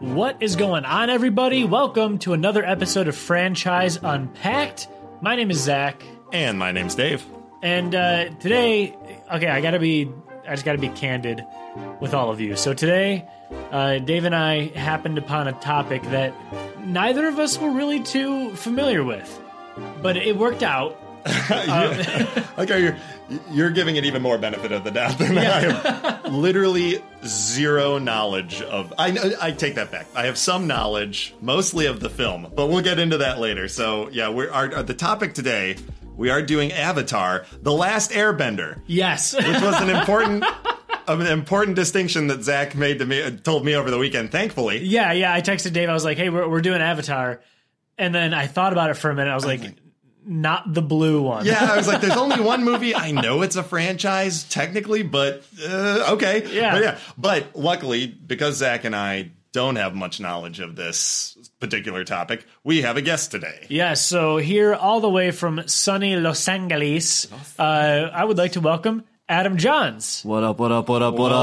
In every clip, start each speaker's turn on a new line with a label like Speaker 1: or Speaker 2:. Speaker 1: What is going on, everybody? Welcome to another episode of Franchise Unpacked. My name is Zach,
Speaker 2: And my name's Dave.
Speaker 1: and uh, today, okay, I gotta be, I just gotta be candid with all of you. So today, uh, Dave and I happened upon a topic that neither of us were really too familiar with, but it worked out.
Speaker 2: Okay, you're you're giving it even more benefit of the doubt than I am. Literally zero knowledge of. I know- I take that back. I have some knowledge, mostly of the film, but we'll get into that later. So yeah, we're our, our- the topic today. We are doing Avatar: The Last Airbender,
Speaker 1: Yes.
Speaker 2: which was an important. An important distinction that Zach made to me, told me over the weekend. Thankfully,
Speaker 1: Yeah, yeah. I texted Dave. I was like, "Hey, we're we're doing Avatar," and then I thought about it for a minute. I was like, "Not the blue one."
Speaker 2: Yeah, I was like, there's only one movie. I know it's a franchise technically, but uh, okay.
Speaker 1: Yeah.
Speaker 2: But, yeah. but luckily, because Zach and I don't have much knowledge of this particular topic, we have a guest today.
Speaker 1: Yeah, so here, all the way from sunny Los Angeles, uh, I would like to welcome Adam Johns.
Speaker 3: What up, what up, what up,
Speaker 1: What
Speaker 3: what
Speaker 1: is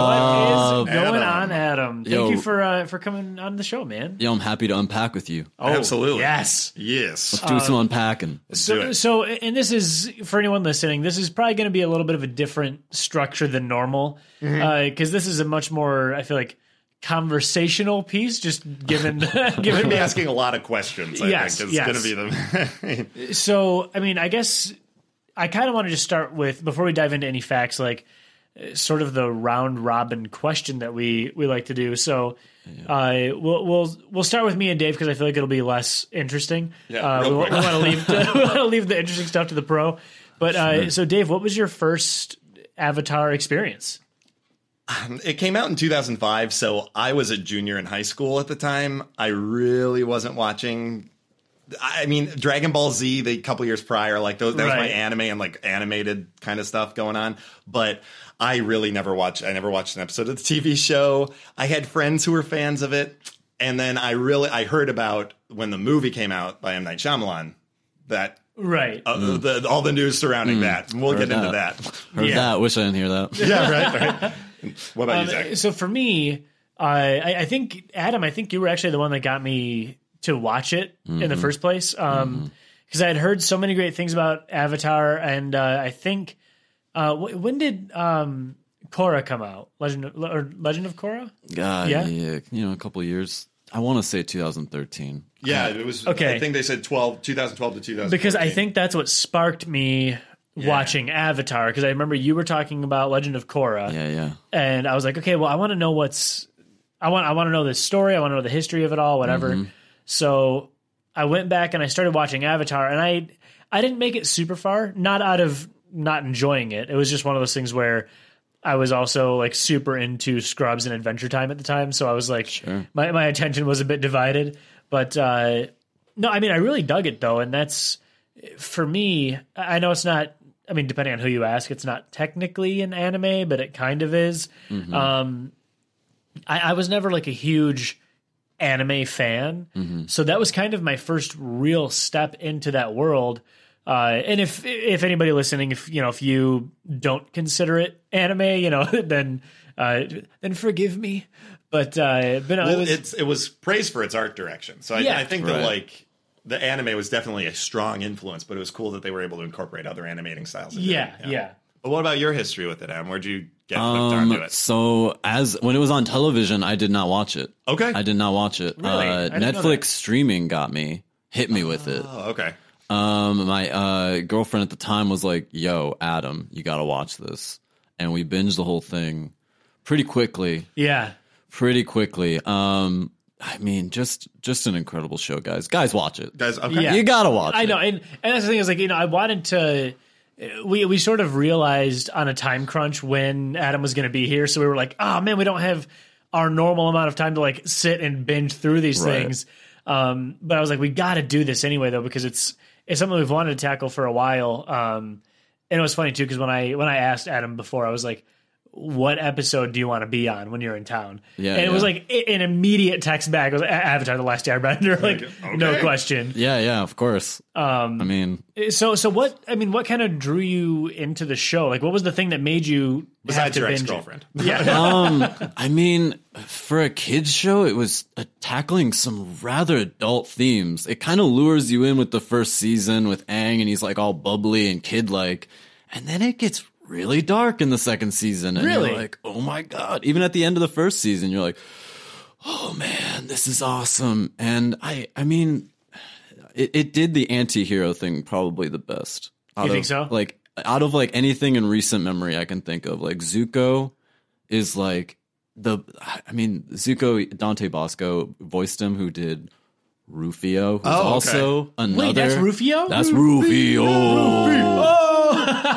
Speaker 3: up?
Speaker 1: going
Speaker 2: Adam.
Speaker 1: on, Adam? Thank
Speaker 3: Yo.
Speaker 1: you for uh, for coming on the show, man.
Speaker 3: Yo, I'm happy to unpack with you.
Speaker 2: Oh, Absolutely.
Speaker 1: Yes.
Speaker 2: Yes.
Speaker 3: Do some unpacking.
Speaker 2: do
Speaker 1: So,
Speaker 2: it.
Speaker 1: so, and this is for anyone listening. This is probably going to be a little bit of a different structure than normal, because this is a much more, I feel like, conversational piece. Just given,
Speaker 2: We're
Speaker 1: given
Speaker 2: going to be asking a lot of questions, I
Speaker 1: Yes,
Speaker 2: think. It's
Speaker 1: yes.
Speaker 2: going to be the.
Speaker 1: So, I mean, I guess I kind of want to just start with before we dive into any facts, like uh, sort of the round robin question that we we like to do. So, uh, we'll we'll we'll start with me and Dave because I feel like it'll be less interesting.
Speaker 2: Yeah,
Speaker 1: uh, we,
Speaker 2: real
Speaker 1: want
Speaker 2: quick.
Speaker 1: to leave we want to leave the interesting stuff to the pro. But uh, so, Dave, what was your first Avatar experience?
Speaker 2: It came out in 2005, so I was a junior in high school at the time. I really wasn't watching. I mean, Dragon Ball Z, the couple years prior, like those, that was my
Speaker 1: Right.
Speaker 2: anime and like animated kind of stuff going on. But I really never watched. I never watched an episode of the TV show. I had friends who were fans of it, and then I really I heard about when the movie came out by M Night Shyamalan that.
Speaker 1: Right.
Speaker 2: Uh, the, all the news surrounding that. We'll
Speaker 3: Mm-hmm. Heard
Speaker 2: get into
Speaker 3: that.
Speaker 2: that.
Speaker 3: Heard
Speaker 1: Yeah.
Speaker 3: that. Um, Wish I didn't hear that.
Speaker 2: yeah, right, right. What about you, Zach?
Speaker 1: so for me, I I I think Adam, I think you were actually the one that got me to watch it in the first place, because I had heard so many great things about Avatar, and uh, I think uh, w- when did um, Korra come out? Legend of, or Legend of Korra?
Speaker 3: God,
Speaker 1: Yeah.
Speaker 3: yeah. You know, a couple years. I want to say 2013.
Speaker 2: Yeah, it was.
Speaker 1: Okay.
Speaker 2: I think they said 12, 2012 to 2000.
Speaker 1: Because I think that's what sparked me. Watching Avatar because I remember you were talking about Legend of Korra,
Speaker 3: Yeah, yeah.
Speaker 1: and I was like, okay, well, I want to know what's, I want, I want to know this story, I want to know the history of it all, whatever. So I went back and I started watching Avatar, and I, I didn't make it super far, not out of not enjoying it. It was just one of those things where I was also like super into Scrubs and Adventure Time at the time, so I was like, my my attention was a bit divided, but uh, no, I mean, I really dug it though, and that's for me. I know it's not. I mean, depending on who you ask, it's not technically an anime, but it kind of is. Um, I, I was never like a huge anime fan, so that was kind of my first real step into that world. Uh, and if if anybody listening, if you know, if you don't consider it anime, you know, then uh, then forgive me. But uh, but no, it
Speaker 2: well,
Speaker 1: was,
Speaker 2: it's it was praised for its art direction. So I,
Speaker 1: Yeah.
Speaker 2: I think that
Speaker 3: Right.
Speaker 2: like the anime was definitely a strong influence, but it was cool that they were able to incorporate other animating styles. into
Speaker 1: yeah,
Speaker 2: it.
Speaker 1: yeah.
Speaker 2: But what about your history with it, Em? Where'd you get hooked onto
Speaker 3: Um,
Speaker 2: it?
Speaker 3: so as when it was on television, I did not watch it.
Speaker 2: Okay.
Speaker 3: I did not watch it.
Speaker 1: Really? I
Speaker 3: Uh,
Speaker 1: didn't know that. Uh.
Speaker 3: Netflix streaming got me, hit me with it.
Speaker 2: Oh, okay.
Speaker 3: Um, my uh, girlfriend at the time was like, "Yo, Adam, you gotta watch this," and we binged the whole thing pretty quickly.
Speaker 1: Yeah.
Speaker 3: pretty quickly. Um, I mean, just just an incredible show, guys. Guys, watch it.
Speaker 2: Guys, okay.
Speaker 1: Yeah.
Speaker 3: You gotta watch.
Speaker 1: I
Speaker 3: it.
Speaker 1: know, and and that's the thing is like you know I wanted to. We we sort of realized on a time crunch when Adam was going to be here, so we were like, oh man, we don't have our normal amount of time to like sit and binge through these
Speaker 3: Right.
Speaker 1: things. Um, but I was like, we got to do this anyway though because it's it's something we've wanted to tackle for a while. Um, and it was funny too because when I when I asked Adam before, I was like, what episode do you want to be on when you're in town?
Speaker 3: Yeah,
Speaker 1: and it was
Speaker 3: yeah.
Speaker 1: like i- an immediate text back. It was A- Avatar: The Last Airbender, like no
Speaker 2: okay.
Speaker 1: question.
Speaker 3: Yeah, yeah, of course. Um, I mean,
Speaker 1: So, so what? I mean, what kind of drew you into the show? Like, what was the thing that made you have
Speaker 2: Besides
Speaker 1: to
Speaker 2: your
Speaker 1: binge
Speaker 2: ex
Speaker 1: it?
Speaker 2: girlfriend.
Speaker 1: Yeah,
Speaker 3: um, I mean, for a kids show, it was uh, tackling some rather adult themes. It kind of lures you in with the first season with Aang, and he's like all bubbly and kid like, and then it gets really dark in the second season. And
Speaker 1: Really?
Speaker 3: you're like, oh my god! Even at the end of the first season, you're like, oh man, this is awesome. And I, I mean, it, it did the anti-hero thing probably the best. Out
Speaker 1: You think
Speaker 3: of-
Speaker 1: so?
Speaker 3: Like out of like anything in recent memory I can think of, like Zuko is like the I mean Zuko Dante Bosco voiced him who did Rufio, who's
Speaker 2: Oh, okay.
Speaker 3: also another
Speaker 1: wait, that's Rufio.
Speaker 3: That's Rufio,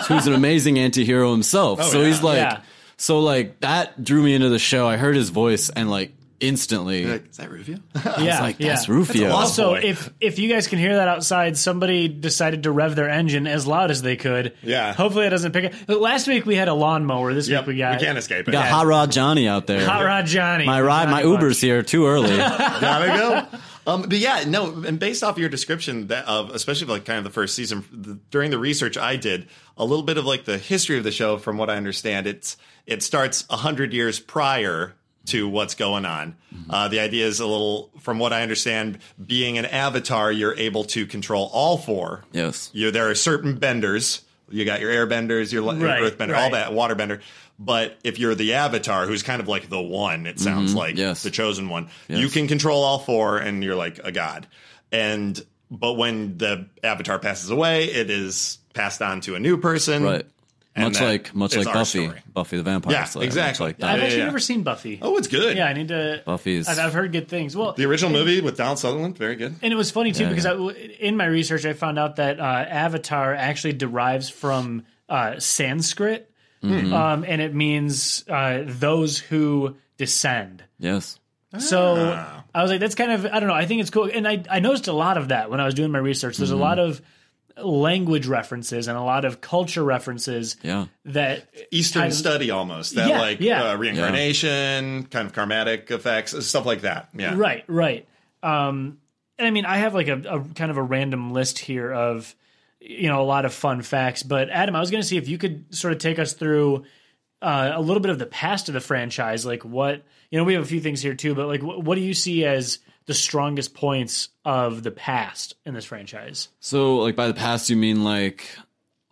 Speaker 3: who's an amazing anti-hero himself. so
Speaker 2: Oh, yeah.
Speaker 3: he's like
Speaker 1: Yeah.
Speaker 3: so like that drew me into the show. I heard his voice and like instantly
Speaker 2: Like, is that Rufio?
Speaker 1: yeah,
Speaker 3: it's like
Speaker 1: yeah.
Speaker 3: that's Rufio.
Speaker 2: That's awesome.
Speaker 1: Also,
Speaker 2: Boy.
Speaker 1: if if you guys can hear that outside, somebody decided to rev their engine as loud as they could.
Speaker 2: Yeah.
Speaker 1: Hopefully, it doesn't pick up. But Last week we had a lawnmower. This
Speaker 2: yep,
Speaker 1: week
Speaker 2: we,
Speaker 1: we got,
Speaker 2: can't escape it.
Speaker 3: Got Hot Rod Johnny out there.
Speaker 1: Hot Rod Johnny.
Speaker 3: My ride, my
Speaker 1: Johnny
Speaker 3: Uber's here too early.
Speaker 2: gotta go. Um, but yeah, no, and based off your description that of especially like kind of the first season the, during the research I did, a little bit of like the history of the show. From what I understand, it's it starts a hundred years prior to what's going on. Uh, the idea is a little, from what I understand, being an avatar, you're able to control all four.
Speaker 3: Yes.
Speaker 2: you there are certain benders. You got your airbenders, your li-
Speaker 1: Right,
Speaker 2: earthbender,
Speaker 1: right.
Speaker 2: all that waterbender. But if you're the avatar, who's kind of like the one, it sounds like
Speaker 3: Mm-hmm, yes.
Speaker 2: the chosen one, you can control all four, and you're like a god. And but when the avatar passes away, it is passed on to a new person,
Speaker 3: Right.
Speaker 2: And
Speaker 3: much
Speaker 2: that
Speaker 3: like much
Speaker 2: is
Speaker 3: like
Speaker 2: our
Speaker 3: Buffy,
Speaker 2: story.
Speaker 3: Buffy the Vampire
Speaker 2: Yeah,
Speaker 3: Slayer, much
Speaker 2: exactly.
Speaker 3: like
Speaker 1: Bunch. I've
Speaker 3: that.
Speaker 2: Yeah,
Speaker 1: actually
Speaker 2: yeah.
Speaker 1: never seen Buffy.
Speaker 2: Oh, it's good.
Speaker 1: yeah, I need to.
Speaker 3: Buffy's-
Speaker 1: I've, I've heard good things. Well,
Speaker 2: The original movie with Donald Sutherland, very good.
Speaker 1: and it was funny too because I w in my research I found out that uh, Avatar actually derives from uh, Sanskrit, um, and it means uh, those who descend.
Speaker 3: Yes,
Speaker 1: So I was like, that's kind of I don't know. I think it's cool, and I I noticed a lot of that when I was doing my research. There's a lot of language references and a lot of culture references
Speaker 3: yeah,
Speaker 1: that
Speaker 2: Eastern
Speaker 1: Kind of-
Speaker 2: study almost that
Speaker 1: Yeah,
Speaker 2: like
Speaker 1: yeah.
Speaker 2: Uh, reincarnation, kind of karmatic effects, stuff like that. Yeah,
Speaker 1: Right, right. Um, and I mean, I have like a, a kind of a random list here of you know a lot of fun facts. But Adam, I was going to see if you could sort of take us through uh, a little bit of the past of the franchise, like what you know. We have a few things here too, but like, what, what do you see as the strongest points of the past in this franchise?
Speaker 3: So like by the past, you mean like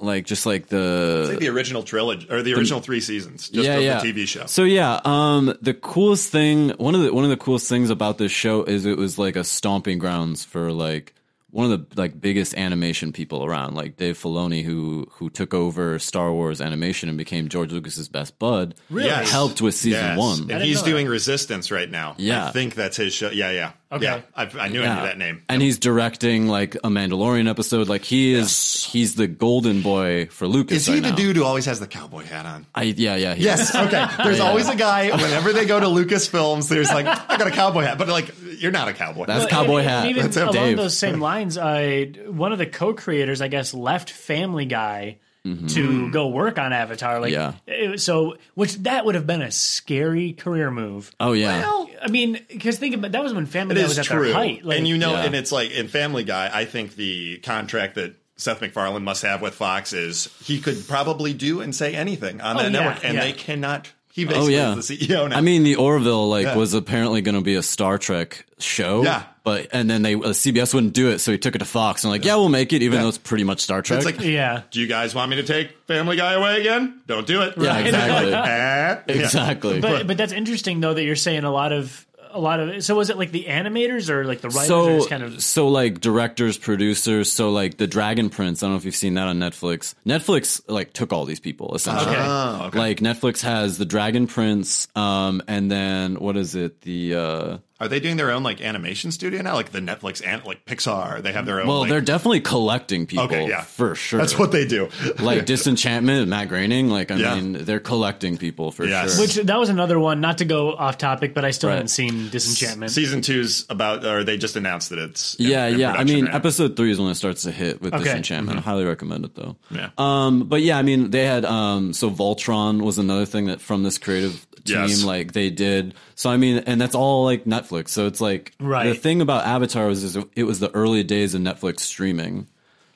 Speaker 3: like just like
Speaker 2: I
Speaker 3: the
Speaker 2: think the original trilogy or the original three seasons, just
Speaker 3: yeah
Speaker 2: of
Speaker 3: yeah
Speaker 2: the TV show.
Speaker 3: So yeah, um, the coolest thing one of the one of the coolest things about this show is it was like a stomping grounds for like one of the like biggest animation people around, like Dave Filoni, who who took over Star Wars animation and became George Lucas's best bud. Really
Speaker 2: Yes.
Speaker 3: helped with season
Speaker 2: Yes.
Speaker 3: one.
Speaker 2: and he's doing Resistance right now.
Speaker 3: Yeah.
Speaker 2: I think that's his show. Yeah, yeah,
Speaker 1: Okay.
Speaker 2: yeah. I, I knew I knew that name.
Speaker 3: And he's directing like a Mandalorian episode. Like he is, he's the golden boy for Lucas.
Speaker 2: Is he
Speaker 3: right
Speaker 2: the
Speaker 3: now.
Speaker 2: dude who always has the cowboy hat on?
Speaker 3: I, yeah, yeah. he is.
Speaker 2: Yes. Okay. There's
Speaker 3: Yeah.
Speaker 2: always a guy whenever they go to Lucas Films. There's like, I got a cowboy hat, but like, you're not a cowboy.
Speaker 3: That's
Speaker 1: Well,
Speaker 3: cowboy
Speaker 1: and-
Speaker 3: hat.
Speaker 1: and even
Speaker 3: That's
Speaker 1: along
Speaker 3: him, Dave.
Speaker 1: those same lines, I one of the co-creators, I guess, left Family Guy to go work on Avatar. Like,
Speaker 3: Mm-hmm. Yeah.
Speaker 1: it was- so which that would have been a scary career move.
Speaker 3: Oh yeah.
Speaker 1: I mean, because think about that was when Family
Speaker 2: It
Speaker 1: Guy
Speaker 2: is
Speaker 1: was at
Speaker 2: true.
Speaker 1: their height. Like,
Speaker 2: and you know,
Speaker 3: Yeah.
Speaker 2: and it's like in Family Guy, I think the contract that Seth MacFarlane must have with Fox is he could probably do and say anything on that
Speaker 1: yeah,
Speaker 2: network, and
Speaker 1: yeah.
Speaker 2: they cannot. He basically
Speaker 3: Oh yeah.
Speaker 2: is the CEO now.
Speaker 3: I mean, the Orville like
Speaker 2: Yeah.
Speaker 3: was apparently going to be a Star Trek show.
Speaker 2: Yeah.
Speaker 3: But and then they uh, CBS wouldn't do it, so he took it to Fox and like, yeah, we'll make it, even though it's pretty much Star Trek.
Speaker 2: it's like,
Speaker 1: yeah,
Speaker 2: do you guys want me to take Family Guy away again? Don't do it.
Speaker 3: yeah, exactly,
Speaker 2: Eh? Yeah.
Speaker 3: exactly.
Speaker 1: but but that's interesting though that you're saying a lot of a lot of. So was it like the animators or like the writers? or
Speaker 3: so
Speaker 1: just kind of
Speaker 3: so like directors producers so like the dragon prince i don't know if you've seen that on netflix netflix like took all these people essentially
Speaker 1: Okay.
Speaker 2: Oh, okay.
Speaker 3: like netflix has the dragon prince um and then what is it the uh
Speaker 2: Are they doing their own like animation studio now? Like the Netflix and like Pixar, they have their own.
Speaker 3: well
Speaker 2: like-
Speaker 3: they're definitely collecting people
Speaker 2: Okay, yeah.
Speaker 3: for sure
Speaker 2: that's what they do.
Speaker 3: like disenchantment matt groening like i
Speaker 2: Yeah.
Speaker 3: mean they're collecting people for
Speaker 2: Yes.
Speaker 3: sure
Speaker 1: which that was another one. Not to go off topic, but I still haven't seen and Disenchantment.
Speaker 2: Season two's about, or they just announced that it's in-
Speaker 3: Yeah,
Speaker 2: in
Speaker 3: yeah. I
Speaker 2: production
Speaker 3: mean,
Speaker 2: right now.
Speaker 3: episode three is when it starts to hit with
Speaker 1: Okay. Mm-hmm.
Speaker 3: Disenchantment. I highly recommend it though.
Speaker 2: Yeah.
Speaker 3: Um, but yeah, I mean, they had um, so Voltron was another thing that from this creative team,
Speaker 2: Yes.
Speaker 3: like they did. So I mean, and that's all like Netflix. So it's like the
Speaker 1: Right.
Speaker 3: thing about Avatar was is it was the early days of Netflix streaming.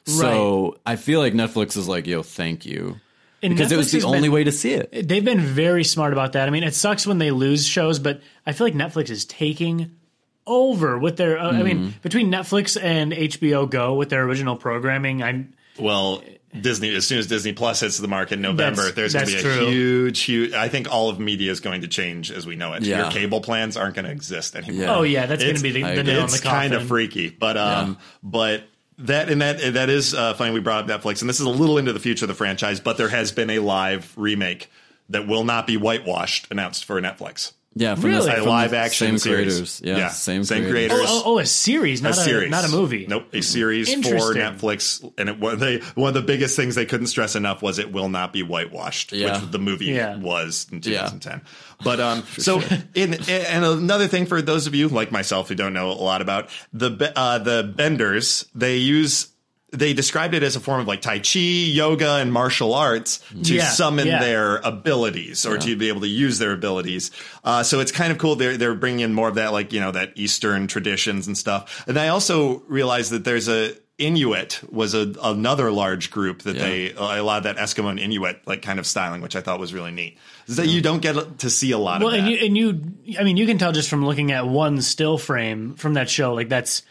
Speaker 3: So I feel like Netflix is like, yo, thank you.
Speaker 1: And
Speaker 3: Because it was
Speaker 1: Netflix
Speaker 3: the
Speaker 1: has
Speaker 3: only
Speaker 1: been-
Speaker 3: way to see it.
Speaker 1: They've been very smart about that. I mean, it sucks when they lose shows, but I feel like Netflix is taking over with their. Uh, I
Speaker 2: Mm-hmm.
Speaker 1: mean, between Netflix and HBO Go with their original programming, I'm
Speaker 2: Well, Disney. As soon as Disney Plus hits the market in November,
Speaker 1: That's-
Speaker 2: there's going to be
Speaker 1: that's
Speaker 2: a
Speaker 1: true.
Speaker 2: huge, huge. I think all of media is going to change as we know it.
Speaker 3: Yeah.
Speaker 2: Your cable plans aren't going to exist anymore.
Speaker 3: Yeah.
Speaker 1: oh yeah, that's going to
Speaker 2: It's-
Speaker 1: be the,
Speaker 3: I
Speaker 1: the
Speaker 3: agree.
Speaker 1: nail in
Speaker 2: it's
Speaker 1: the
Speaker 2: kind
Speaker 1: coffin.
Speaker 2: of freaky, but um, but that and that that is uh, funny. We brought up Netflix, and this is a little into the future of the franchise, but there has been a live remake that will not be whitewashed announced for Netflix.
Speaker 3: Yeah, from
Speaker 1: Really?
Speaker 3: the,
Speaker 1: A
Speaker 3: from
Speaker 2: A
Speaker 3: the
Speaker 2: live action
Speaker 3: same
Speaker 2: series.
Speaker 3: creators. Yeah, same,
Speaker 2: same
Speaker 3: creators.
Speaker 2: creators.
Speaker 1: Oh, oh, a series, not a,
Speaker 2: series,
Speaker 1: not a movie.
Speaker 2: Nope, a series for
Speaker 1: Interesting.
Speaker 2: Netflix. And it one they one of the biggest things they couldn't stress enough was it will not be whitewashed,
Speaker 3: Yeah.
Speaker 2: which the movie
Speaker 1: Yeah.
Speaker 2: was in
Speaker 3: Yeah.
Speaker 2: 2010. But um, so in and another thing for those of you like myself who don't know a lot about the be- uh, the benders, they use. They described it as a form of like Tai Chi, yoga, and martial arts to
Speaker 1: Yeah,
Speaker 2: summon
Speaker 1: yeah.
Speaker 2: their their abilities or to be able to use their abilities. Uh, so it's kind of cool. They're they're bringing in more of that, like you know, that Eastern traditions and stuff. And I also realized that there's a Inuit was a, another large group that they a lot of that Eskimo and Inuit like kind of styling, which I thought was really neat. Is that you don't get to see a lot
Speaker 1: Well,
Speaker 2: of
Speaker 1: and
Speaker 2: that.
Speaker 1: you, and you, I mean, you can tell just from looking at one still frame from that show, like that's,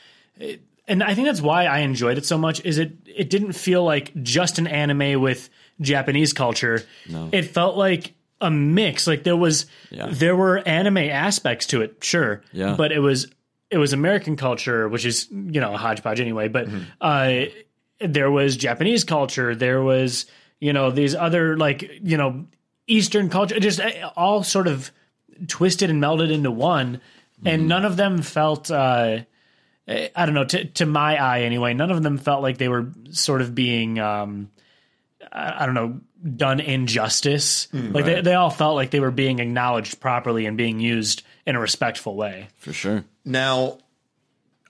Speaker 1: and I think that's why I enjoyed it so much. Is it? It didn't feel like just an anime with Japanese culture. It felt like a mix. Like there was,
Speaker 3: Yeah.
Speaker 1: there were anime aspects to it, sure,
Speaker 3: Yeah.
Speaker 1: but it was it was American culture, which is you know a hodgepodge anyway. But
Speaker 3: Mm-hmm.
Speaker 1: uh, there was Japanese culture. There was you know these other like you know Eastern culture, just uh, all sort of twisted and melded into one.
Speaker 3: Mm-hmm.
Speaker 1: And none of them felt. Uh, I don't know to to my eye anyway. None of them felt like they were sort of being um, I, I don't know done injustice.
Speaker 2: Hmm,
Speaker 1: like they they all felt like they were being acknowledged properly and being used in a respectful way.
Speaker 3: For sure.
Speaker 2: Now,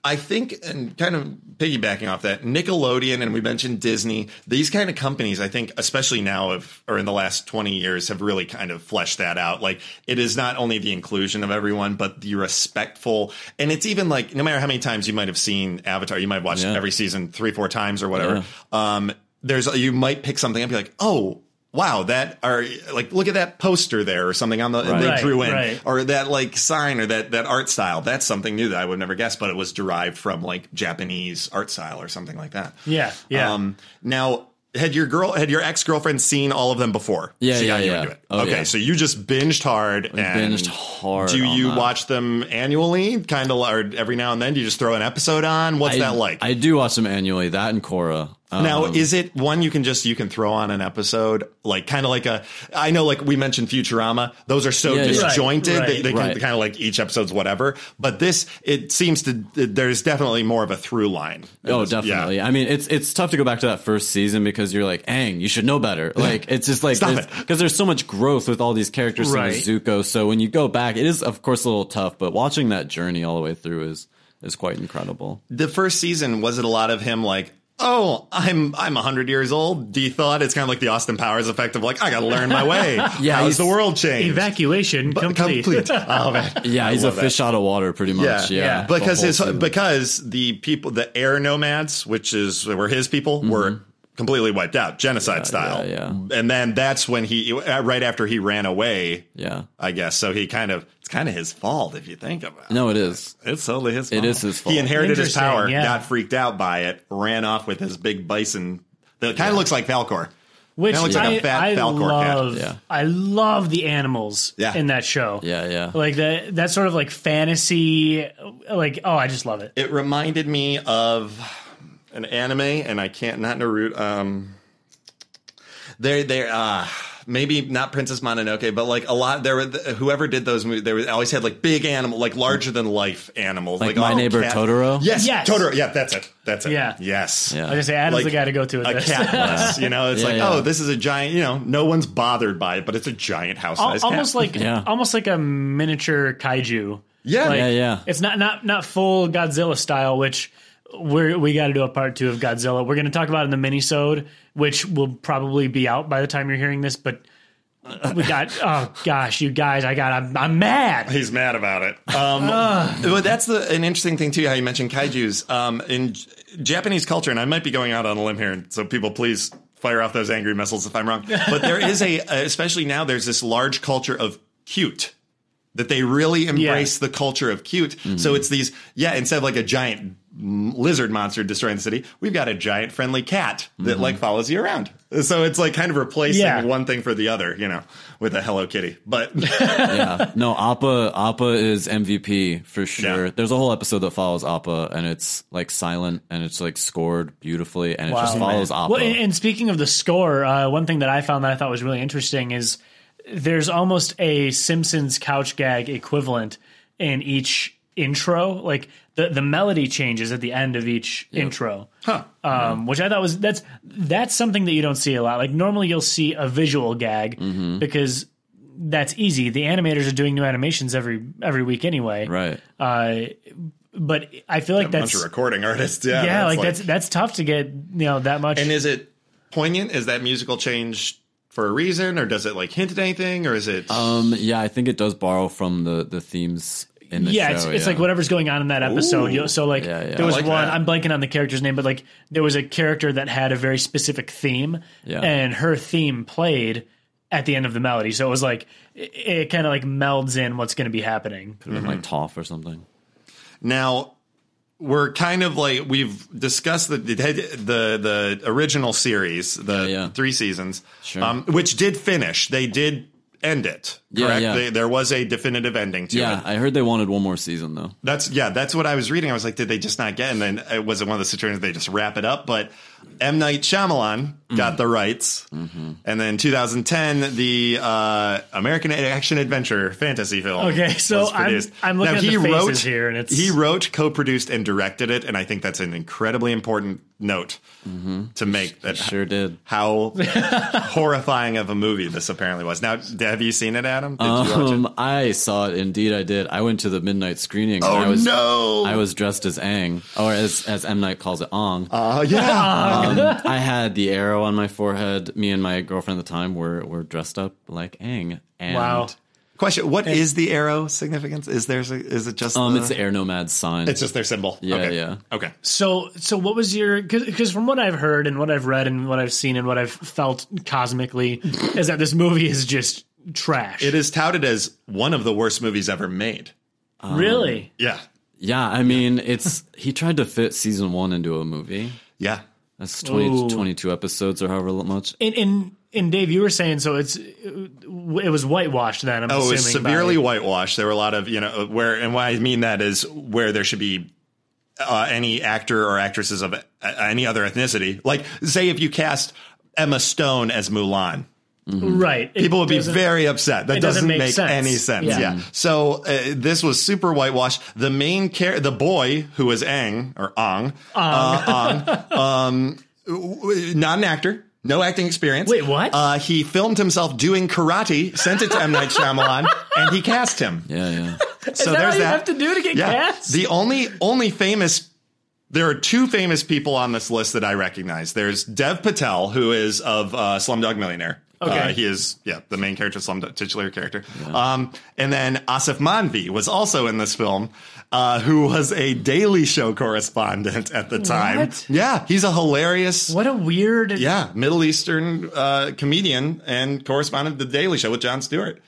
Speaker 2: I think, and kind of piggybacking off that, Nickelodeon and we mentioned Disney, these kind of companies, I think, especially now of, or in the last 20 years, have really kind of fleshed that out. Like, it is not only the inclusion of everyone, but the respectful. And it's even like, no matter how many times you might have seen Avatar, you might have watched
Speaker 3: Yeah.
Speaker 2: every season three, four times or whatever. Um, there's, you might pick something up, and be like, oh, Wow, that are like look at that poster there or something on the and they
Speaker 1: Right,
Speaker 2: drew in
Speaker 1: right.
Speaker 2: or that like sign or that that art style that's something new that i would never guess but it was derived from like japanese art style or something like that
Speaker 1: Yeah, yeah.
Speaker 2: um now had your girl had your ex-girlfriend seen all of them before
Speaker 3: Yeah,
Speaker 2: she got
Speaker 3: yeah,
Speaker 2: you
Speaker 3: yeah.
Speaker 2: into it
Speaker 3: Oh,
Speaker 2: okay
Speaker 3: yeah.
Speaker 2: so you just binged hard and
Speaker 3: binged hard
Speaker 2: do
Speaker 3: on
Speaker 2: you
Speaker 3: that.
Speaker 2: watch them annually kind of or every now and then do you just throw an episode on what's that like
Speaker 3: I do watch them annually. That and Korra. Um,
Speaker 2: now, is it one you can just you can throw on an episode, like kind of like a? I know, like we mentioned Futurama; those are so
Speaker 3: Yeah, yeah. Right,
Speaker 2: disjointed that
Speaker 1: right.
Speaker 2: they can
Speaker 3: Right.
Speaker 2: kind of like each episode's whatever. But this, it seems to there's definitely more of a through line.
Speaker 3: Oh,
Speaker 2: Yeah.
Speaker 3: definitely. I mean, it's it's tough to go back to that first season because you're like, "Ang, you should know better." Like, it's just like
Speaker 2: Stop it.
Speaker 3: because there's so much growth with all these characters in
Speaker 1: Right.
Speaker 3: Zuko. So when you go back, it is of course a little tough, but watching that journey all the way through is is quite incredible.
Speaker 2: The first season was it a lot of him like. Oh, I'm I'm 100 years old. D thought it's kind of like the Austin Powers effect of like I got to learn my way.
Speaker 3: Yeah,
Speaker 2: how's
Speaker 3: he's-
Speaker 2: the world change?
Speaker 1: Evacuation complete.
Speaker 2: Oh man,
Speaker 3: Yeah, he's a
Speaker 2: love that.
Speaker 3: fish out of water, pretty much. Yeah,
Speaker 2: Yeah,
Speaker 1: yeah.
Speaker 3: The
Speaker 2: because
Speaker 3: whole
Speaker 2: his
Speaker 3: season.
Speaker 2: because the people the air nomads, which is were his people, were completely wiped out, genocide style.
Speaker 3: Mm-hmm. yeah,
Speaker 2: And then that's when he uh, right after he ran away,
Speaker 3: yeah.
Speaker 2: I guess. So he kind of it's kind of his fault if you think about it.
Speaker 3: No, it is.
Speaker 2: It's totally his fault.
Speaker 3: is his fault.
Speaker 2: He inherited his
Speaker 1: Interesting,
Speaker 2: power,
Speaker 1: yeah.
Speaker 2: got freaked out by it, ran off with his big bison that kind of looks like Falcor.
Speaker 1: Which
Speaker 2: That looks like
Speaker 1: I,
Speaker 2: a fat
Speaker 1: I
Speaker 2: Falcor cat.
Speaker 1: love.
Speaker 3: Yeah.
Speaker 1: I love the animals
Speaker 2: Yeah.
Speaker 1: in that show.
Speaker 3: Yeah, yeah.
Speaker 1: Like that that sort of like fantasy. Like oh, I just love it.
Speaker 2: It reminded me of an anime, and I can't not Naruto. Um, they're they're uh, maybe not Princess Mononoke, but like a lot. There were whoever did those movies. They were- always had like big animal, like larger than life animals,
Speaker 3: Like My
Speaker 2: oh,
Speaker 3: Neighbor
Speaker 2: cat.
Speaker 3: Totoro?
Speaker 2: Yes,
Speaker 1: Yes.
Speaker 2: Totoro. Yeah, that's it. That's it.
Speaker 1: Yeah.
Speaker 2: Yes.
Speaker 3: Yeah.
Speaker 1: I just say Adam's
Speaker 2: Like
Speaker 1: the guy to go to with
Speaker 2: A
Speaker 1: this.
Speaker 2: cat was, you know, it's
Speaker 3: Yeah,
Speaker 2: like,
Speaker 3: yeah.
Speaker 2: oh, this is a giant, you know, no one's bothered by it, but it's a giant house
Speaker 1: Al-
Speaker 2: sized cat.
Speaker 1: almost like
Speaker 3: Yeah.
Speaker 1: almost like a miniature kaiju.
Speaker 2: Yeah.
Speaker 1: Like,
Speaker 3: Yeah, yeah.
Speaker 1: It's not not not full Godzilla style, which we're we got to do a part two of Godzilla. We're going to talk about it in the minisode, which will probably be out by the time you're hearing this. But we got oh gosh, you guys, I got I'm, I'm mad.
Speaker 2: He's mad about it. Um, Well, that's the, an interesting thing too. How you mentioned kaiju's um, in J- Japanese culture, and I might be going out on a limb here, and so people please fire off those angry missiles if I'm wrong. But there is a, especially now, there's this large culture of cute. That they really embrace the culture of cute. So it's these, yeah, instead of like a giant m- lizard monster destroying the city, we've got a giant friendly cat that like follows you around. So it's like kind of replacing
Speaker 1: Yeah.
Speaker 2: one thing for the other, you know, with a Hello Kitty. But
Speaker 3: yeah. No, Appa Appa is MVP for sure.
Speaker 2: Yeah.
Speaker 3: There's a whole episode that follows Appa and it's like silent and it's like scored beautifully and it just
Speaker 1: Wow.
Speaker 3: follows Appa.
Speaker 1: Well, and, and speaking of the score, uh, one thing that I found that I thought was really interesting is there's almost a Simpsons couch gag equivalent in each intro. Like the the melody changes at the end of each intro, huh. um, which I thought was that's that's something that you don't see a lot. Like normally you'll see a visual gag because that's easy. The animators are doing new animations every every week anyway,
Speaker 3: right.
Speaker 1: Uh, but I feel like
Speaker 2: bunch
Speaker 1: that's
Speaker 2: of recording artists. Yeah,
Speaker 1: yeah, like, that's that's tough to get you know that much.
Speaker 2: And is it poignant? Is that musical change for a reason, or does it like hint at anything, or is it?
Speaker 3: Um yeah, I think it does borrow from the the themes in the
Speaker 1: yeah,
Speaker 3: show.
Speaker 1: it's, it's like whatever's going on in that
Speaker 2: Ooh.
Speaker 1: episode. You- So like
Speaker 3: Yeah, yeah.
Speaker 1: there was
Speaker 2: I like
Speaker 1: one
Speaker 2: that.
Speaker 1: I'm blanking on the character's name, but like there was a character that had a very specific theme,
Speaker 3: Yeah.
Speaker 1: and her theme played at the end of the melody. So it was like it, it kind of like melds in what's going to be happening.
Speaker 3: whatever like Toph or something.
Speaker 2: now we're kind of like we've discussed the the the, the original series, the
Speaker 3: Yeah, yeah.
Speaker 2: three seasons,
Speaker 3: Sure.
Speaker 2: um, which did finish. They did end it.
Speaker 3: Yeah,
Speaker 2: Correct.
Speaker 3: yeah.
Speaker 2: They, there was a definitive ending to
Speaker 3: Yeah,
Speaker 2: it.
Speaker 3: I heard they wanted one more season though.
Speaker 2: That's yeah. That's what I was reading. I was like, did they just not get? And then it wasn't one of the situations they just wrap it up. But M Night Shyamalan
Speaker 1: Mm.
Speaker 2: got the rights,
Speaker 1: Mm-hmm.
Speaker 2: and then 2010, the uh, American Action Adventure fantasy film.
Speaker 1: Okay, so
Speaker 2: was
Speaker 1: I'm-
Speaker 2: produced.
Speaker 1: I'm looking at the faces here, and it's-
Speaker 2: he wrote, co-produced, and directed it, and I think that's an incredibly important note
Speaker 1: Mm-hmm.
Speaker 2: to make. That
Speaker 3: Sure did.
Speaker 2: how horrifying of a movie this apparently was. Now, have you seen it, Adam? Did you watch it?
Speaker 3: Um, I saw it. Indeed, I did. I went to the midnight screening.
Speaker 1: Oh,
Speaker 3: and I was,
Speaker 2: Oh, no!
Speaker 3: I was dressed as Aang, or as as M Night calls it, Ong.
Speaker 2: Uh,
Speaker 1: Oh,
Speaker 2: yeah.
Speaker 3: Um, I had the arrow on my forehead. Me and my girlfriend at the time were were dressed up like Aang. And,
Speaker 1: Wow.
Speaker 2: Question: What is the arrow significance? Is there? Is it just?
Speaker 3: Um, it's the air nomad's sign.
Speaker 2: it's just their symbol.
Speaker 3: Yeah,
Speaker 2: okay.
Speaker 3: yeah.
Speaker 2: Okay.
Speaker 1: So so what was your because from what I've heard and what I've read and what I've seen and what I've felt cosmically is that this movie is just trash.
Speaker 2: It is touted as one of the worst movies ever made.
Speaker 1: really.
Speaker 2: Yeah.
Speaker 3: yeah, I mean, it's he tried to fit season one into a movie.
Speaker 2: Yeah.
Speaker 3: That's 20,
Speaker 1: Ooh.
Speaker 3: 22 episodes or however much.
Speaker 1: And, and and Dave, you were saying so it's it was whitewashed then. I'm
Speaker 2: Oh, it
Speaker 1: assuming
Speaker 2: was
Speaker 1: by-
Speaker 2: severely whitewashed. There were a lot of you know where, and what I mean that is where there should be uh, any actor or actresses of uh, any other ethnicity. Like, say if you cast Emma Stone as Mulan,
Speaker 1: right.
Speaker 2: people
Speaker 1: It
Speaker 2: would be
Speaker 1: doesn't-
Speaker 2: very upset. That
Speaker 1: it
Speaker 2: doesn't,
Speaker 1: doesn't
Speaker 2: make,
Speaker 1: make sense.
Speaker 2: any sense. Yeah.
Speaker 1: Yeah.
Speaker 2: So uh, this was super whitewashed. The main care, the boy who was Ang or Ang, uh, Aang, um, w- w- not an actor. No acting experience.
Speaker 1: Wait, what?
Speaker 2: Uh, he filmed himself doing karate, sent it to M. Night Shyamalan, and he cast him.
Speaker 3: Yeah, yeah.
Speaker 2: So
Speaker 1: Is that
Speaker 2: there's
Speaker 1: all you
Speaker 2: that.
Speaker 1: have to do to get cast?
Speaker 2: The only only famous there are two famous people on this list that I recognize. There's Dev Patel, who is of uh, Slumdog Millionaire.
Speaker 1: Okay.
Speaker 2: Uh, he is yeah the main character, Slumdog titular character. Um, and then Asif Manvi was also in this film, uh, who was a Daily Show correspondent at the time.
Speaker 1: What?
Speaker 2: Yeah, he's a hilarious
Speaker 1: what a weird.
Speaker 2: yeah Middle Eastern uh, comedian and correspondent of the Daily Show with Jon Stewart.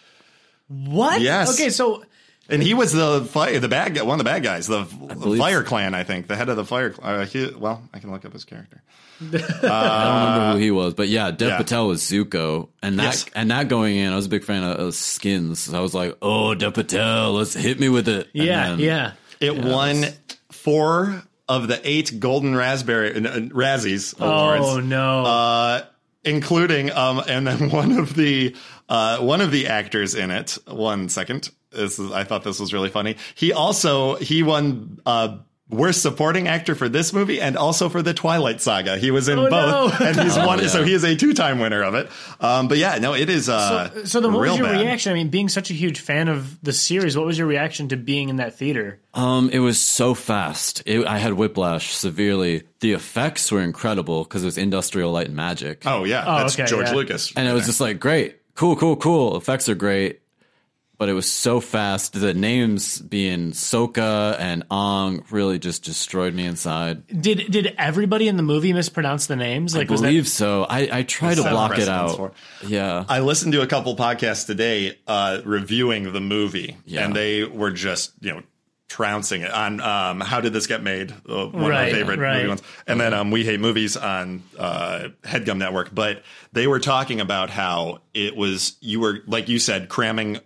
Speaker 1: What?
Speaker 2: Yes.
Speaker 1: Okay, so
Speaker 2: And he was the fi- the bad guy, one of the bad guys, the
Speaker 3: believe-
Speaker 2: Fire Clan, I think, the head of the Fire. Cl- Uh, he, well, I can look up his character.
Speaker 3: I don't remember who he was, but yeah, Dev
Speaker 2: yeah.
Speaker 3: Patel was Zuko, and that
Speaker 2: Yes.
Speaker 3: and that going in, I was a big fan of, of Skins. So I was like, oh, Dev Patel, let's hit me with it. And
Speaker 1: yeah,
Speaker 3: then-
Speaker 1: yeah.
Speaker 2: It won four of the eight Golden Raspberry uh, Razzies awards,
Speaker 1: Oh no.
Speaker 2: uh, including um, and then one of the uh, one of the actors in it. One second, this is, I thought this was really funny. He also he won uh, worst supporting actor for this movie and also for the Twilight Saga. He was in
Speaker 1: Oh,
Speaker 2: both,
Speaker 1: no.
Speaker 2: and he's one.
Speaker 3: yeah.
Speaker 2: So he is a two-time winner of it. Um, but yeah, no, it is. Uh,
Speaker 1: So, so then, what
Speaker 2: real
Speaker 1: was your
Speaker 2: bad.
Speaker 1: reaction? I mean, being such a huge fan of the series, what was your reaction to being in that theater?
Speaker 3: Um, it was so fast. It, I had whiplash severely. The effects were incredible because it was industrial light and magic,
Speaker 2: Oh yeah, that's
Speaker 1: okay,
Speaker 2: George
Speaker 1: yeah.
Speaker 2: Lucas.
Speaker 3: and it was just like great, cool, cool, cool. Effects are great, but it was so fast. The names being Soka and Ong really just destroyed me inside.
Speaker 1: Did did everybody in the movie mispronounce the names? Like,
Speaker 3: I
Speaker 1: was that
Speaker 3: believe so. I, I try to
Speaker 2: Set
Speaker 3: block it
Speaker 2: precedence
Speaker 3: out.
Speaker 2: for-
Speaker 3: Yeah.
Speaker 2: I listened to a couple podcasts today uh, reviewing the movie,
Speaker 3: Yeah.
Speaker 2: and they were just you know trouncing it on um, how did this get made? Uh, one of my
Speaker 1: Right,
Speaker 2: favorite
Speaker 1: right.
Speaker 2: movie ones. And then um, we hate movies on uh, Headgum Network, but they were talking about how it was you were like you said cramming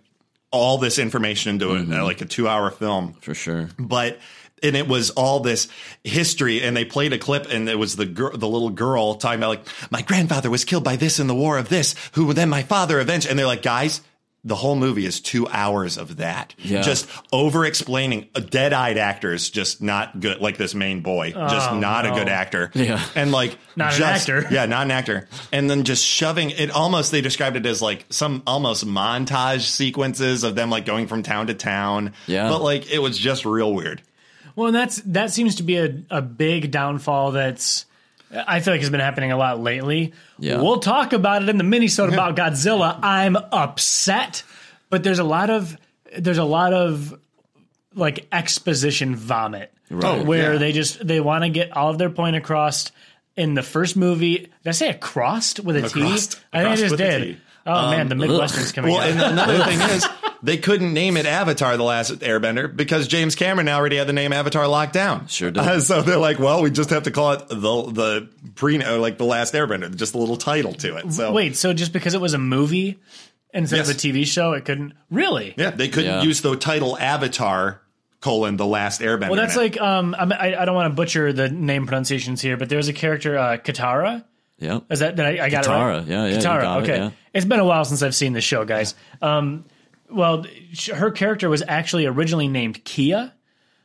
Speaker 2: all this information into it like a two hour film
Speaker 3: for sure.
Speaker 2: but and it was all this history and they played a clip and it was the girl the little girl talking about like my grandfather was killed by this in the war of this who then my father avenged and they're like guys the whole movie is two hours of that
Speaker 3: Yeah.
Speaker 2: just over explaining dead-eyed actors just not good like this main boy just not a
Speaker 1: Oh, no.
Speaker 2: good actor
Speaker 3: Yeah.
Speaker 2: and like
Speaker 1: Not an
Speaker 2: just-
Speaker 1: actor.
Speaker 2: yeah not an actor and then just shoving it almost they described it as like some almost montage sequences of them like going from town to town
Speaker 3: Yeah.
Speaker 2: but like it was just real weird
Speaker 1: Well, and that's that seems to be a, a big downfall that's I feel like has been happening a lot lately.
Speaker 3: Yeah.
Speaker 1: We'll talk about it in the Minnesota about Godzilla. I'm upset, but there's a lot of there's a lot of like exposition vomit
Speaker 3: Right. Oh,
Speaker 1: where
Speaker 2: yeah.
Speaker 1: they just they want to get all of their point across in the first movie. Did I say across with a T? I
Speaker 2: Across-
Speaker 1: think I
Speaker 2: across
Speaker 1: just
Speaker 2: with a
Speaker 1: did.
Speaker 2: T. Um,
Speaker 1: Oh man, the Midwestern's coming
Speaker 2: Well,
Speaker 1: out.
Speaker 2: and another thing is they couldn't name it Avatar: The Last Airbender because James Cameron already had the name Avatar locked down.
Speaker 3: Sure did.
Speaker 2: Uh, so they're like, well, we just have to call it the the pre uh, like the Last Airbender, just a little title to it. So
Speaker 1: Wait, so just because it was a movie instead of
Speaker 2: Yes.
Speaker 1: a TV show, it couldn't really?
Speaker 2: yeah, they couldn't
Speaker 3: Yeah.
Speaker 2: use the title Avatar colon The Last Airbender.
Speaker 1: Well, that's
Speaker 2: in it.
Speaker 1: like um, I'm, I, I don't want to butcher the name pronunciations here, but there's a character uh, Katara.
Speaker 3: Yeah.
Speaker 1: Is that that I, I got it
Speaker 3: Katara.
Speaker 1: right?
Speaker 3: Yeah, yeah, you
Speaker 1: Katara.
Speaker 3: got it,
Speaker 1: Okay,
Speaker 3: yeah.
Speaker 1: it's been a while since I've seen the show, guys. Um, well, sh- her character was actually originally named Kia,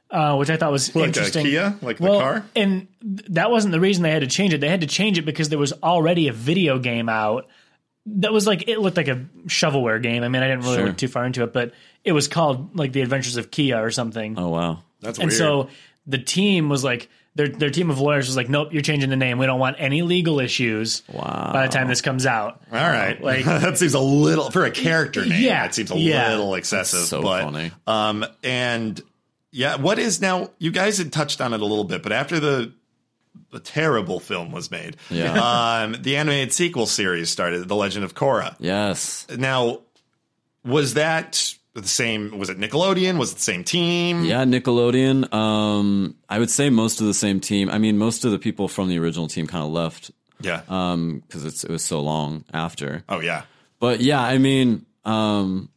Speaker 1: uh, which I thought was
Speaker 2: Like a
Speaker 1: interesting.
Speaker 2: Kia? Like the
Speaker 1: well,
Speaker 2: car?
Speaker 1: and th- that wasn't the reason they had to change it. They had to change it because there was already a video game out that was like it looked like a shovelware game. I mean, I didn't really
Speaker 3: Sure.
Speaker 1: look too far into it, but it was called like The Adventures of Kia or something.
Speaker 3: Oh wow.
Speaker 2: that's
Speaker 1: And
Speaker 2: weird.
Speaker 1: so the team was like, their their team of lawyers was like, nope, you're changing the name. We don't want any legal issues.
Speaker 3: Wow.
Speaker 1: By the time this comes out,
Speaker 2: all right,
Speaker 1: like-
Speaker 2: that seems a little for a character name.
Speaker 1: Yeah,
Speaker 2: that seems a
Speaker 1: yeah.
Speaker 2: little excessive.
Speaker 3: That's so
Speaker 2: but,
Speaker 3: funny.
Speaker 2: Um, and yeah, what is now? You guys had touched on it a little bit, but after the the terrible film was made,
Speaker 3: Yeah.
Speaker 2: um, the animated sequel series started, The Legend of Korra.
Speaker 3: Yes.
Speaker 2: Now, was that the same? Was it Nickelodeon? Was it the same team?
Speaker 3: Yeah, Nickelodeon. Um, I would say most of the same team. I mean, most of the people from the original team kind of left
Speaker 2: Yeah.
Speaker 3: because Um, it's it was so long after.
Speaker 2: oh yeah.
Speaker 3: But yeah, I mean, um,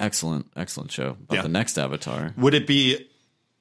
Speaker 3: excellent, excellent show. About
Speaker 2: Yeah.
Speaker 3: the next Avatar.
Speaker 2: Would it be?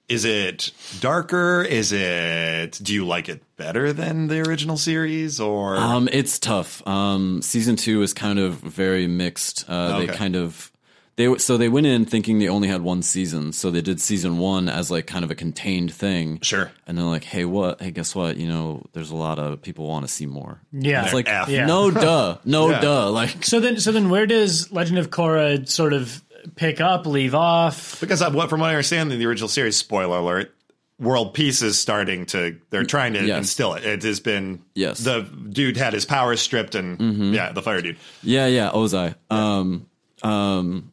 Speaker 2: Is it darker? Is it? Do you like it better than the original series? Or
Speaker 3: Um, it's tough. Um, season two is kind of very mixed. Uh, They
Speaker 2: Okay.
Speaker 3: kind of they w- so they went in thinking they only had one season, so they did season one as like kind of a contained thing.
Speaker 2: Sure.
Speaker 3: And they're like, hey, what? Hey, guess what? You know, there's a lot of people want to see more.
Speaker 1: yeah,
Speaker 3: It's like
Speaker 2: F.
Speaker 1: yeah.
Speaker 3: no duh, no
Speaker 2: Yeah.
Speaker 3: duh. Like
Speaker 1: So then, so then, where does Legend of Korra sort of pick up, leave off?
Speaker 2: Because I, what, from what I understand, in the original series, spoiler alert, world peace is starting to. They're trying to
Speaker 3: Yes.
Speaker 2: instill it. It has been.
Speaker 3: Yes. Mm-hmm.
Speaker 2: The dude had his powers stripped, and yeah, the fire dude.
Speaker 3: Yeah, yeah, Ozai. Um, um,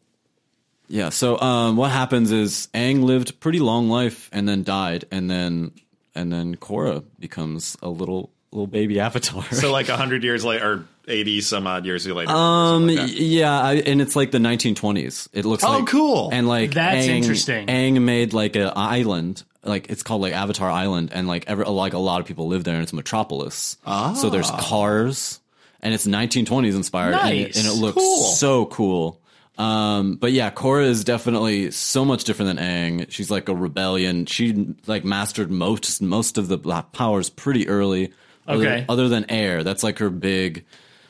Speaker 3: yeah. So, um, what happens is Aang lived a pretty long life and then died, and then and then Korra becomes a little little baby avatar.
Speaker 2: So like hundred years later, or eighty some odd years later.
Speaker 3: um,
Speaker 2: something like that.
Speaker 3: yeah, I, and it's like the 1920s. It looks.
Speaker 2: Oh,
Speaker 3: like,
Speaker 2: cool.
Speaker 3: And like
Speaker 1: That's
Speaker 3: Aang-
Speaker 1: interesting.
Speaker 3: Aang made like an island. Like it's called like Avatar Island, and like ever like a lot of people live there, and it's a metropolis. So
Speaker 2: Ah.
Speaker 3: there's cars, and it's 1920s inspired, and, it,
Speaker 1: Nice.
Speaker 3: and it looks
Speaker 2: Cool.
Speaker 3: so cool. Um, but yeah, Korra is definitely so much different than Aang. She's like a rebellion. She like mastered most most of the black powers pretty early. Other-
Speaker 1: Okay.
Speaker 3: other than air, that's like her big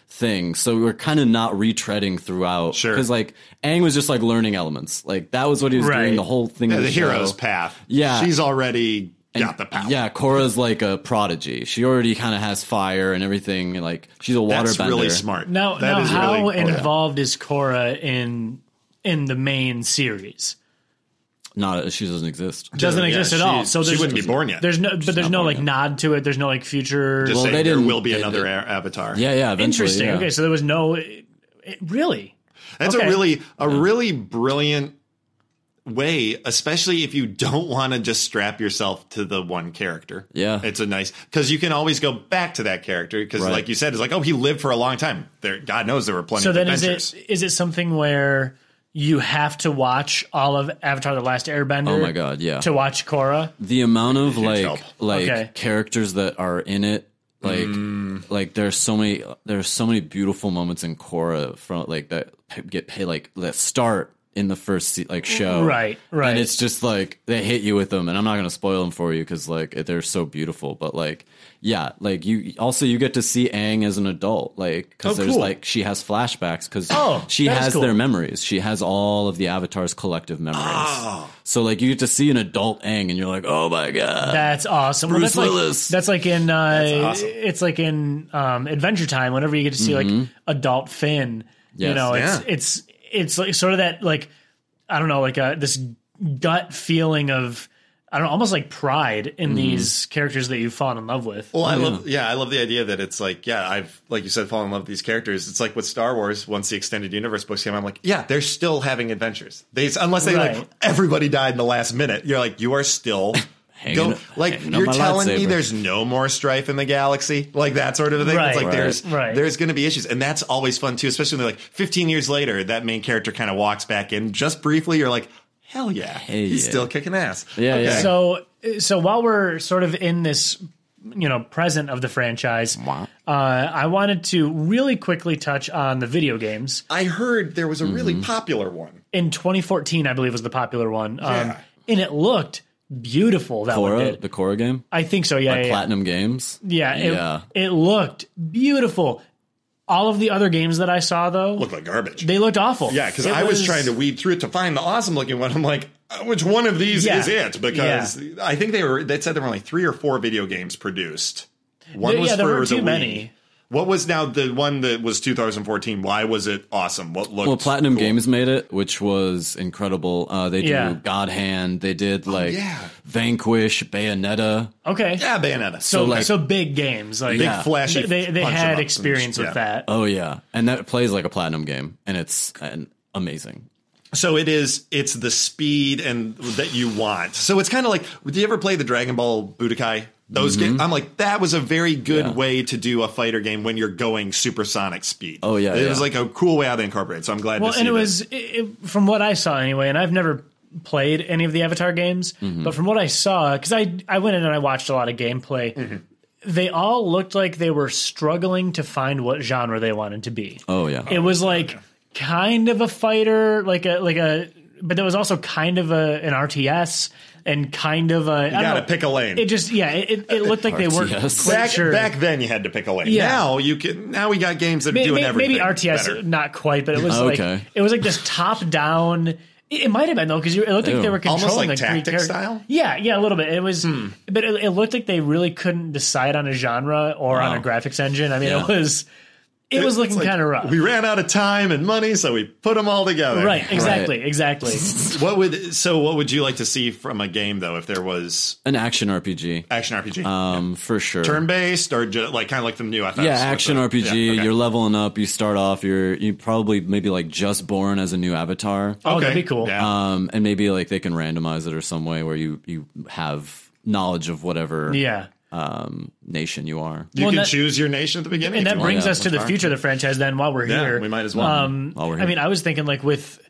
Speaker 3: thing. So we're kind of not retreading throughout.
Speaker 2: Sure.
Speaker 3: Because like Aang was just like learning elements. Like that was what he was
Speaker 1: Right.
Speaker 3: doing the whole thing.
Speaker 2: Yeah,
Speaker 3: of
Speaker 2: the
Speaker 3: show.
Speaker 2: hero's path.
Speaker 3: Yeah.
Speaker 2: she's already got the power.
Speaker 3: Yeah, Korra's like a prodigy. She already kind of has fire and everything. Like she's a water
Speaker 2: That's
Speaker 3: bender.
Speaker 2: really smart.
Speaker 1: Now,
Speaker 2: That
Speaker 1: now
Speaker 2: is
Speaker 1: how
Speaker 2: really- oh, yeah.
Speaker 1: involved is Korra in in the main series?
Speaker 3: Not she doesn't exist.
Speaker 1: Doesn't
Speaker 2: Yeah,
Speaker 1: exist at
Speaker 2: she-
Speaker 1: all. So
Speaker 2: she
Speaker 1: there's-
Speaker 2: wouldn't be born yet.
Speaker 1: There's no, but there's
Speaker 3: not
Speaker 1: no
Speaker 3: born
Speaker 1: like
Speaker 3: yet.
Speaker 1: nod to it. There's no like future.
Speaker 2: Just
Speaker 3: Well,
Speaker 2: saying
Speaker 3: they
Speaker 2: there
Speaker 3: didn't-
Speaker 2: will be
Speaker 3: they-
Speaker 2: another
Speaker 3: they-
Speaker 2: a- avatar.
Speaker 3: Yeah, yeah. Eventually,
Speaker 1: Interesting.
Speaker 3: yeah.
Speaker 1: Okay, so there was no. It, it- really,
Speaker 2: That's
Speaker 1: Okay.
Speaker 2: a really a really brilliant way, especially if you don't want to just strap yourself to the one character.
Speaker 3: Yeah.
Speaker 2: It's a nice because you can always go back to that character because
Speaker 3: Right.
Speaker 2: like you said, it's like, oh, he lived for a long time. There God knows there were plenty
Speaker 1: so
Speaker 2: of
Speaker 1: then is
Speaker 2: adventures.
Speaker 1: it is it something where you have to watch all of Avatar: The Last Airbender?
Speaker 3: Oh my god, yeah.
Speaker 1: To watch Korra,
Speaker 3: the amount of like
Speaker 2: help.
Speaker 3: like
Speaker 1: Okay.
Speaker 3: characters that are in it like like there's so many there's so many beautiful moments in Korra from like that get paid like that start in the first se- like show
Speaker 1: Right, right.
Speaker 3: and it's just like they hit you with them and I'm not gonna spoil them for you because like they're so beautiful but like yeah like you also you get to see Aang as an adult like because
Speaker 1: Oh,
Speaker 3: there's
Speaker 1: cool.
Speaker 3: like she has flashbacks because
Speaker 1: Oh,
Speaker 3: she
Speaker 1: that is
Speaker 3: has
Speaker 1: cool.
Speaker 3: their memories she has all of the Avatar's collective memories
Speaker 1: Ah.
Speaker 3: so like you get to see an adult Aang and you're like, oh my god.
Speaker 1: that's awesome. Well,
Speaker 3: Bruce
Speaker 1: that's like-
Speaker 3: Willis.
Speaker 1: that's like in uh,
Speaker 2: awesome.
Speaker 1: it's like in um, Adventure Time. Whenever you get to see like adult Finn, you
Speaker 3: Mm-hmm. Yes.
Speaker 1: know,
Speaker 2: Yeah.
Speaker 1: it's it's it's like sort of that like I don't know, like uh this gut feeling of I don't know, almost like pride
Speaker 3: Mm-hmm.
Speaker 1: in these characters that you've fallen in love with.
Speaker 2: Well, I love yeah, I love the idea that it's like yeah, I've like you said, fallen in love with these characters. It's like with Star Wars. Once the extended universe books came, I'm like, yeah, they're still having adventures. They unless they
Speaker 1: Right.
Speaker 2: like everybody died in the last minute. You're like, you are still.
Speaker 3: Hanging-
Speaker 2: like
Speaker 3: hanging on
Speaker 2: you're
Speaker 3: my
Speaker 2: telling me
Speaker 3: lightsaber.
Speaker 2: there's no more strife in the galaxy, like that sort of thing.
Speaker 1: Right.
Speaker 2: it's like
Speaker 1: Right.
Speaker 2: there's
Speaker 1: Right.
Speaker 2: there's going to be issues, and that's always fun too. Especially when they're like 15 years later, that main character kind of walks back in just briefly. You're like, hell yeah, he's
Speaker 3: yeah.
Speaker 2: still kicking ass.
Speaker 3: Yeah, yeah.
Speaker 1: So so while we're sort of in this you know present of the franchise, uh, I wanted to really quickly touch on the video games.
Speaker 2: I heard there was a really
Speaker 3: Mm-hmm.
Speaker 2: popular one.
Speaker 1: in 2014, I believe was the popular one. Um, And it looked beautiful. That one
Speaker 3: Korra,
Speaker 1: did.
Speaker 3: the Korra game?
Speaker 1: I think so. Yeah, yeah, yeah.
Speaker 3: Platinum Games?
Speaker 1: Yeah, it,
Speaker 3: yeah.
Speaker 1: it looked beautiful. All of the other games that I saw though,
Speaker 2: Looked like garbage.
Speaker 1: they looked awful.
Speaker 2: Yeah, because
Speaker 1: It
Speaker 2: I was, trying to weed through it to find the awesome looking one. I'm like, uh, which one of these
Speaker 1: Yeah.
Speaker 2: is it? Because I think they were. They said there were only three or four video games produced. One
Speaker 1: Yeah,
Speaker 2: was
Speaker 1: there
Speaker 2: for
Speaker 1: were
Speaker 2: the
Speaker 1: too
Speaker 2: Wii.
Speaker 1: many.
Speaker 2: What was now the one that was 2014? Why was it awesome? What looked
Speaker 3: Well, Platinum Games made it, which was incredible. Uh, they do
Speaker 1: Yeah. Oh,
Speaker 3: God Hand. They did like
Speaker 2: yeah.
Speaker 3: Vanquish, Bayonetta.
Speaker 1: Okay.
Speaker 2: Yeah, Bayonetta.
Speaker 1: So,
Speaker 2: So
Speaker 1: so,
Speaker 3: like-
Speaker 1: big games like
Speaker 2: big
Speaker 3: Yeah.
Speaker 2: flashy.
Speaker 1: they they
Speaker 2: punch 'em
Speaker 1: had
Speaker 2: ups and-
Speaker 1: experience with
Speaker 2: yeah.
Speaker 1: that.
Speaker 3: Oh yeah, and that plays like a Platinum game, and it's an amazing.
Speaker 2: So it is. It's the speed and that you want. So it's kind of like. Did you ever play the Dragon Ball Budokai? Those
Speaker 3: Mm-hmm.
Speaker 2: games. I'm like, that was a very good way to do a fighter game when you're going supersonic speed.
Speaker 3: Oh, yeah,
Speaker 2: it
Speaker 3: yeah.
Speaker 2: was like a cool way how they incorporate. So I'm glad.
Speaker 1: Well,
Speaker 2: to see
Speaker 1: and it
Speaker 2: that.
Speaker 1: was it, it- from what I saw anyway, and I've never played any of the Avatar games,
Speaker 2: Mm-hmm.
Speaker 1: but from what I saw, because I I went in and I watched a lot of gameplay.
Speaker 2: Mm-hmm.
Speaker 1: They all looked like they were struggling to find what genre they wanted to be.
Speaker 3: Oh yeah,
Speaker 1: It was like kind of a fighter, like a like a, but there was also kind of a an RTS and kind of a.
Speaker 2: You gotta pick a lane.
Speaker 1: It just yeah, it, it, it looked like they weren't
Speaker 3: RTS.
Speaker 1: quite
Speaker 2: back,
Speaker 1: sure.
Speaker 2: back then you had to pick a lane.
Speaker 1: Yeah.
Speaker 2: Now you can. Now we got games that are
Speaker 1: May-
Speaker 2: doing
Speaker 1: may-
Speaker 2: everything.
Speaker 1: Maybe RTS,
Speaker 2: better.
Speaker 1: not quite, but it was like
Speaker 3: Okay.
Speaker 1: it was like this top down. It, it might have been though because it looked like
Speaker 3: Ew.
Speaker 1: they were
Speaker 2: Almost
Speaker 1: controlling
Speaker 2: like
Speaker 1: the three
Speaker 2: tactic
Speaker 1: characters.
Speaker 2: style? Hmm.
Speaker 1: Yeah, yeah, a little bit. It was, but it, it looked like they really couldn't decide on a genre or on a
Speaker 3: Wow.
Speaker 1: graphics engine. I mean,
Speaker 3: Yeah.
Speaker 1: it was it, was
Speaker 2: It's
Speaker 1: looking
Speaker 2: like,
Speaker 1: kind of rough.
Speaker 2: We ran out of time and money, so we put them all together.
Speaker 1: right, exactly, exactly.
Speaker 2: What would so? What would you like to see from a game though? If there was
Speaker 3: an action RPG,
Speaker 2: action RPG,
Speaker 3: um, for sure.
Speaker 2: turn based, or ju- like kind of like the new FS?
Speaker 3: yeah,
Speaker 2: with
Speaker 3: action
Speaker 2: the-
Speaker 3: RPG.
Speaker 2: yeah, okay.
Speaker 3: You're leveling up. You start off. You're you probably maybe like just born as a new avatar.
Speaker 1: Oh,
Speaker 2: okay.
Speaker 1: that'd be cool.
Speaker 2: Yeah.
Speaker 3: um, and maybe like they can randomize it or some way where you you have knowledge of whatever
Speaker 1: Yeah,
Speaker 3: um, nation you are.
Speaker 2: you
Speaker 1: well,
Speaker 2: can
Speaker 1: that-
Speaker 2: choose your nation at the beginning,
Speaker 1: and
Speaker 2: if
Speaker 1: that
Speaker 2: you want.
Speaker 1: brings
Speaker 3: yeah,
Speaker 1: us to the
Speaker 2: fine.
Speaker 1: future of the franchise. Then while we're
Speaker 2: Yeah,
Speaker 1: here,
Speaker 2: we might as well.
Speaker 1: Um,
Speaker 3: While we're
Speaker 1: I
Speaker 3: here.
Speaker 1: mean, I was thinking like with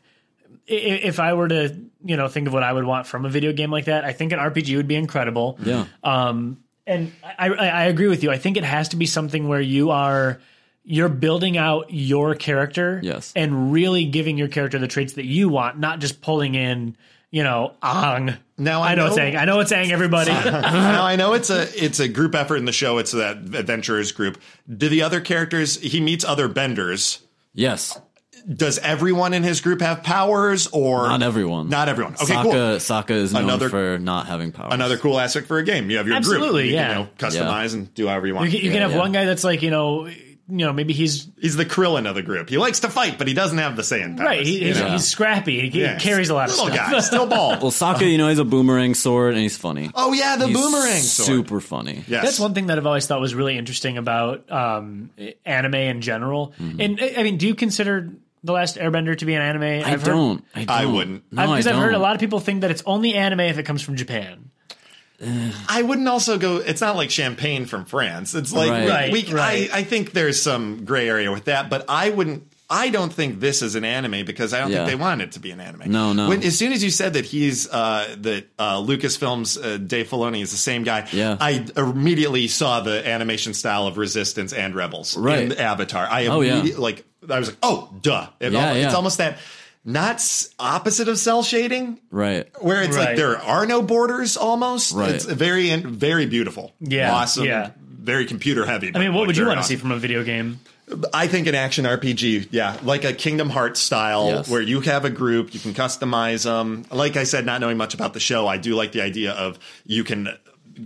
Speaker 1: i- i- if I were to you know think of what I would want from a video game like that, I think an RPG would be incredible.
Speaker 3: Yeah.
Speaker 2: uh,
Speaker 1: Um, and I, I I agree with you. I think it has to be something where you are you're building out your character,
Speaker 3: Yes.
Speaker 1: and really giving your character the traits that you want, not just pulling in. You know, Ang.
Speaker 2: Now I
Speaker 1: know, it's
Speaker 2: know-
Speaker 1: Ang. I know it's Ang. Everybody.
Speaker 2: now I know it's a it's a group effort in the show. It's that adventurers group. Do the other characters? He meets other benders.
Speaker 3: Yes.
Speaker 2: does everyone in his group have powers or
Speaker 3: Not everyone.
Speaker 2: Not everyone. Okay,
Speaker 3: Sokka,
Speaker 2: cool.
Speaker 3: Sokka is known
Speaker 2: Another-
Speaker 3: for not having powers.
Speaker 2: Another cool aspect for a game. You have your
Speaker 1: Absolutely,
Speaker 2: group. You
Speaker 1: yeah.
Speaker 2: can, you know, customize and do however you
Speaker 1: You
Speaker 2: want.
Speaker 1: can, you can have
Speaker 3: yeah.
Speaker 1: one guy that's like you know, you know maybe he's
Speaker 2: he's the Krillin of the group. He likes to fight, but he doesn't have the Saiyan powers.
Speaker 1: right. He,
Speaker 2: you
Speaker 1: he's,
Speaker 2: know?
Speaker 1: he's scrappy. He
Speaker 2: Yeah,
Speaker 1: carries a lot of
Speaker 2: little
Speaker 1: stuff.
Speaker 2: guy, still bald.
Speaker 3: Well, Sokka, you know, he's a boomerang sword and he's funny.
Speaker 2: oh yeah, the
Speaker 3: He's
Speaker 2: boomerang sword.
Speaker 3: Super funny.
Speaker 2: Yes.
Speaker 1: That's one thing that I've always thought was really interesting about um, anime in general.
Speaker 3: Mm-hmm.
Speaker 1: And I I mean, do you consider the Last Airbender to be an anime?
Speaker 3: I
Speaker 1: I've heard-
Speaker 3: don't, I don't.
Speaker 2: I wouldn't.
Speaker 3: No,
Speaker 1: I've-
Speaker 3: I
Speaker 1: Because I've, heard a
Speaker 3: don't.
Speaker 1: lot of people think that it's only anime if it comes from Japan.
Speaker 2: I wouldn't also go. It's not like champagne from France. It's like
Speaker 3: Right.
Speaker 2: we-
Speaker 1: Right,
Speaker 2: we,
Speaker 1: right.
Speaker 2: I, I think there's some gray area with that, but I wouldn't. I don't think this is an anime because I don't
Speaker 3: Yeah.
Speaker 2: think they want it to be an anime.
Speaker 3: No, no.
Speaker 2: When, as soon as you said that he's uh, that uh, Lucasfilm's uh, Dave Filoni is the same guy,
Speaker 3: Yeah.
Speaker 2: I immediately saw the animation style of Resistance and Rebels
Speaker 3: Right.
Speaker 2: in Avatar. I
Speaker 3: Oh, yeah.
Speaker 2: immediately like I was like, oh, duh. It
Speaker 3: Yeah,
Speaker 2: al- It's
Speaker 3: yeah.
Speaker 2: almost that not s- opposite of cell shading
Speaker 3: Right.
Speaker 2: where it's
Speaker 1: Right.
Speaker 2: like there are no borders almost.
Speaker 3: Right.
Speaker 2: It's very very beautiful.
Speaker 1: Yeah,
Speaker 2: awesome.
Speaker 1: yeah.
Speaker 2: Very computer heavy.
Speaker 1: I mean,
Speaker 3: Oh,
Speaker 1: what would you want to see from a video game?
Speaker 2: I think an action RPG, yeah, like a Kingdom Hearts style,
Speaker 3: Yes.
Speaker 2: where you have a group, you can customize them. Like I said, not knowing much about the show, I do like the idea of you can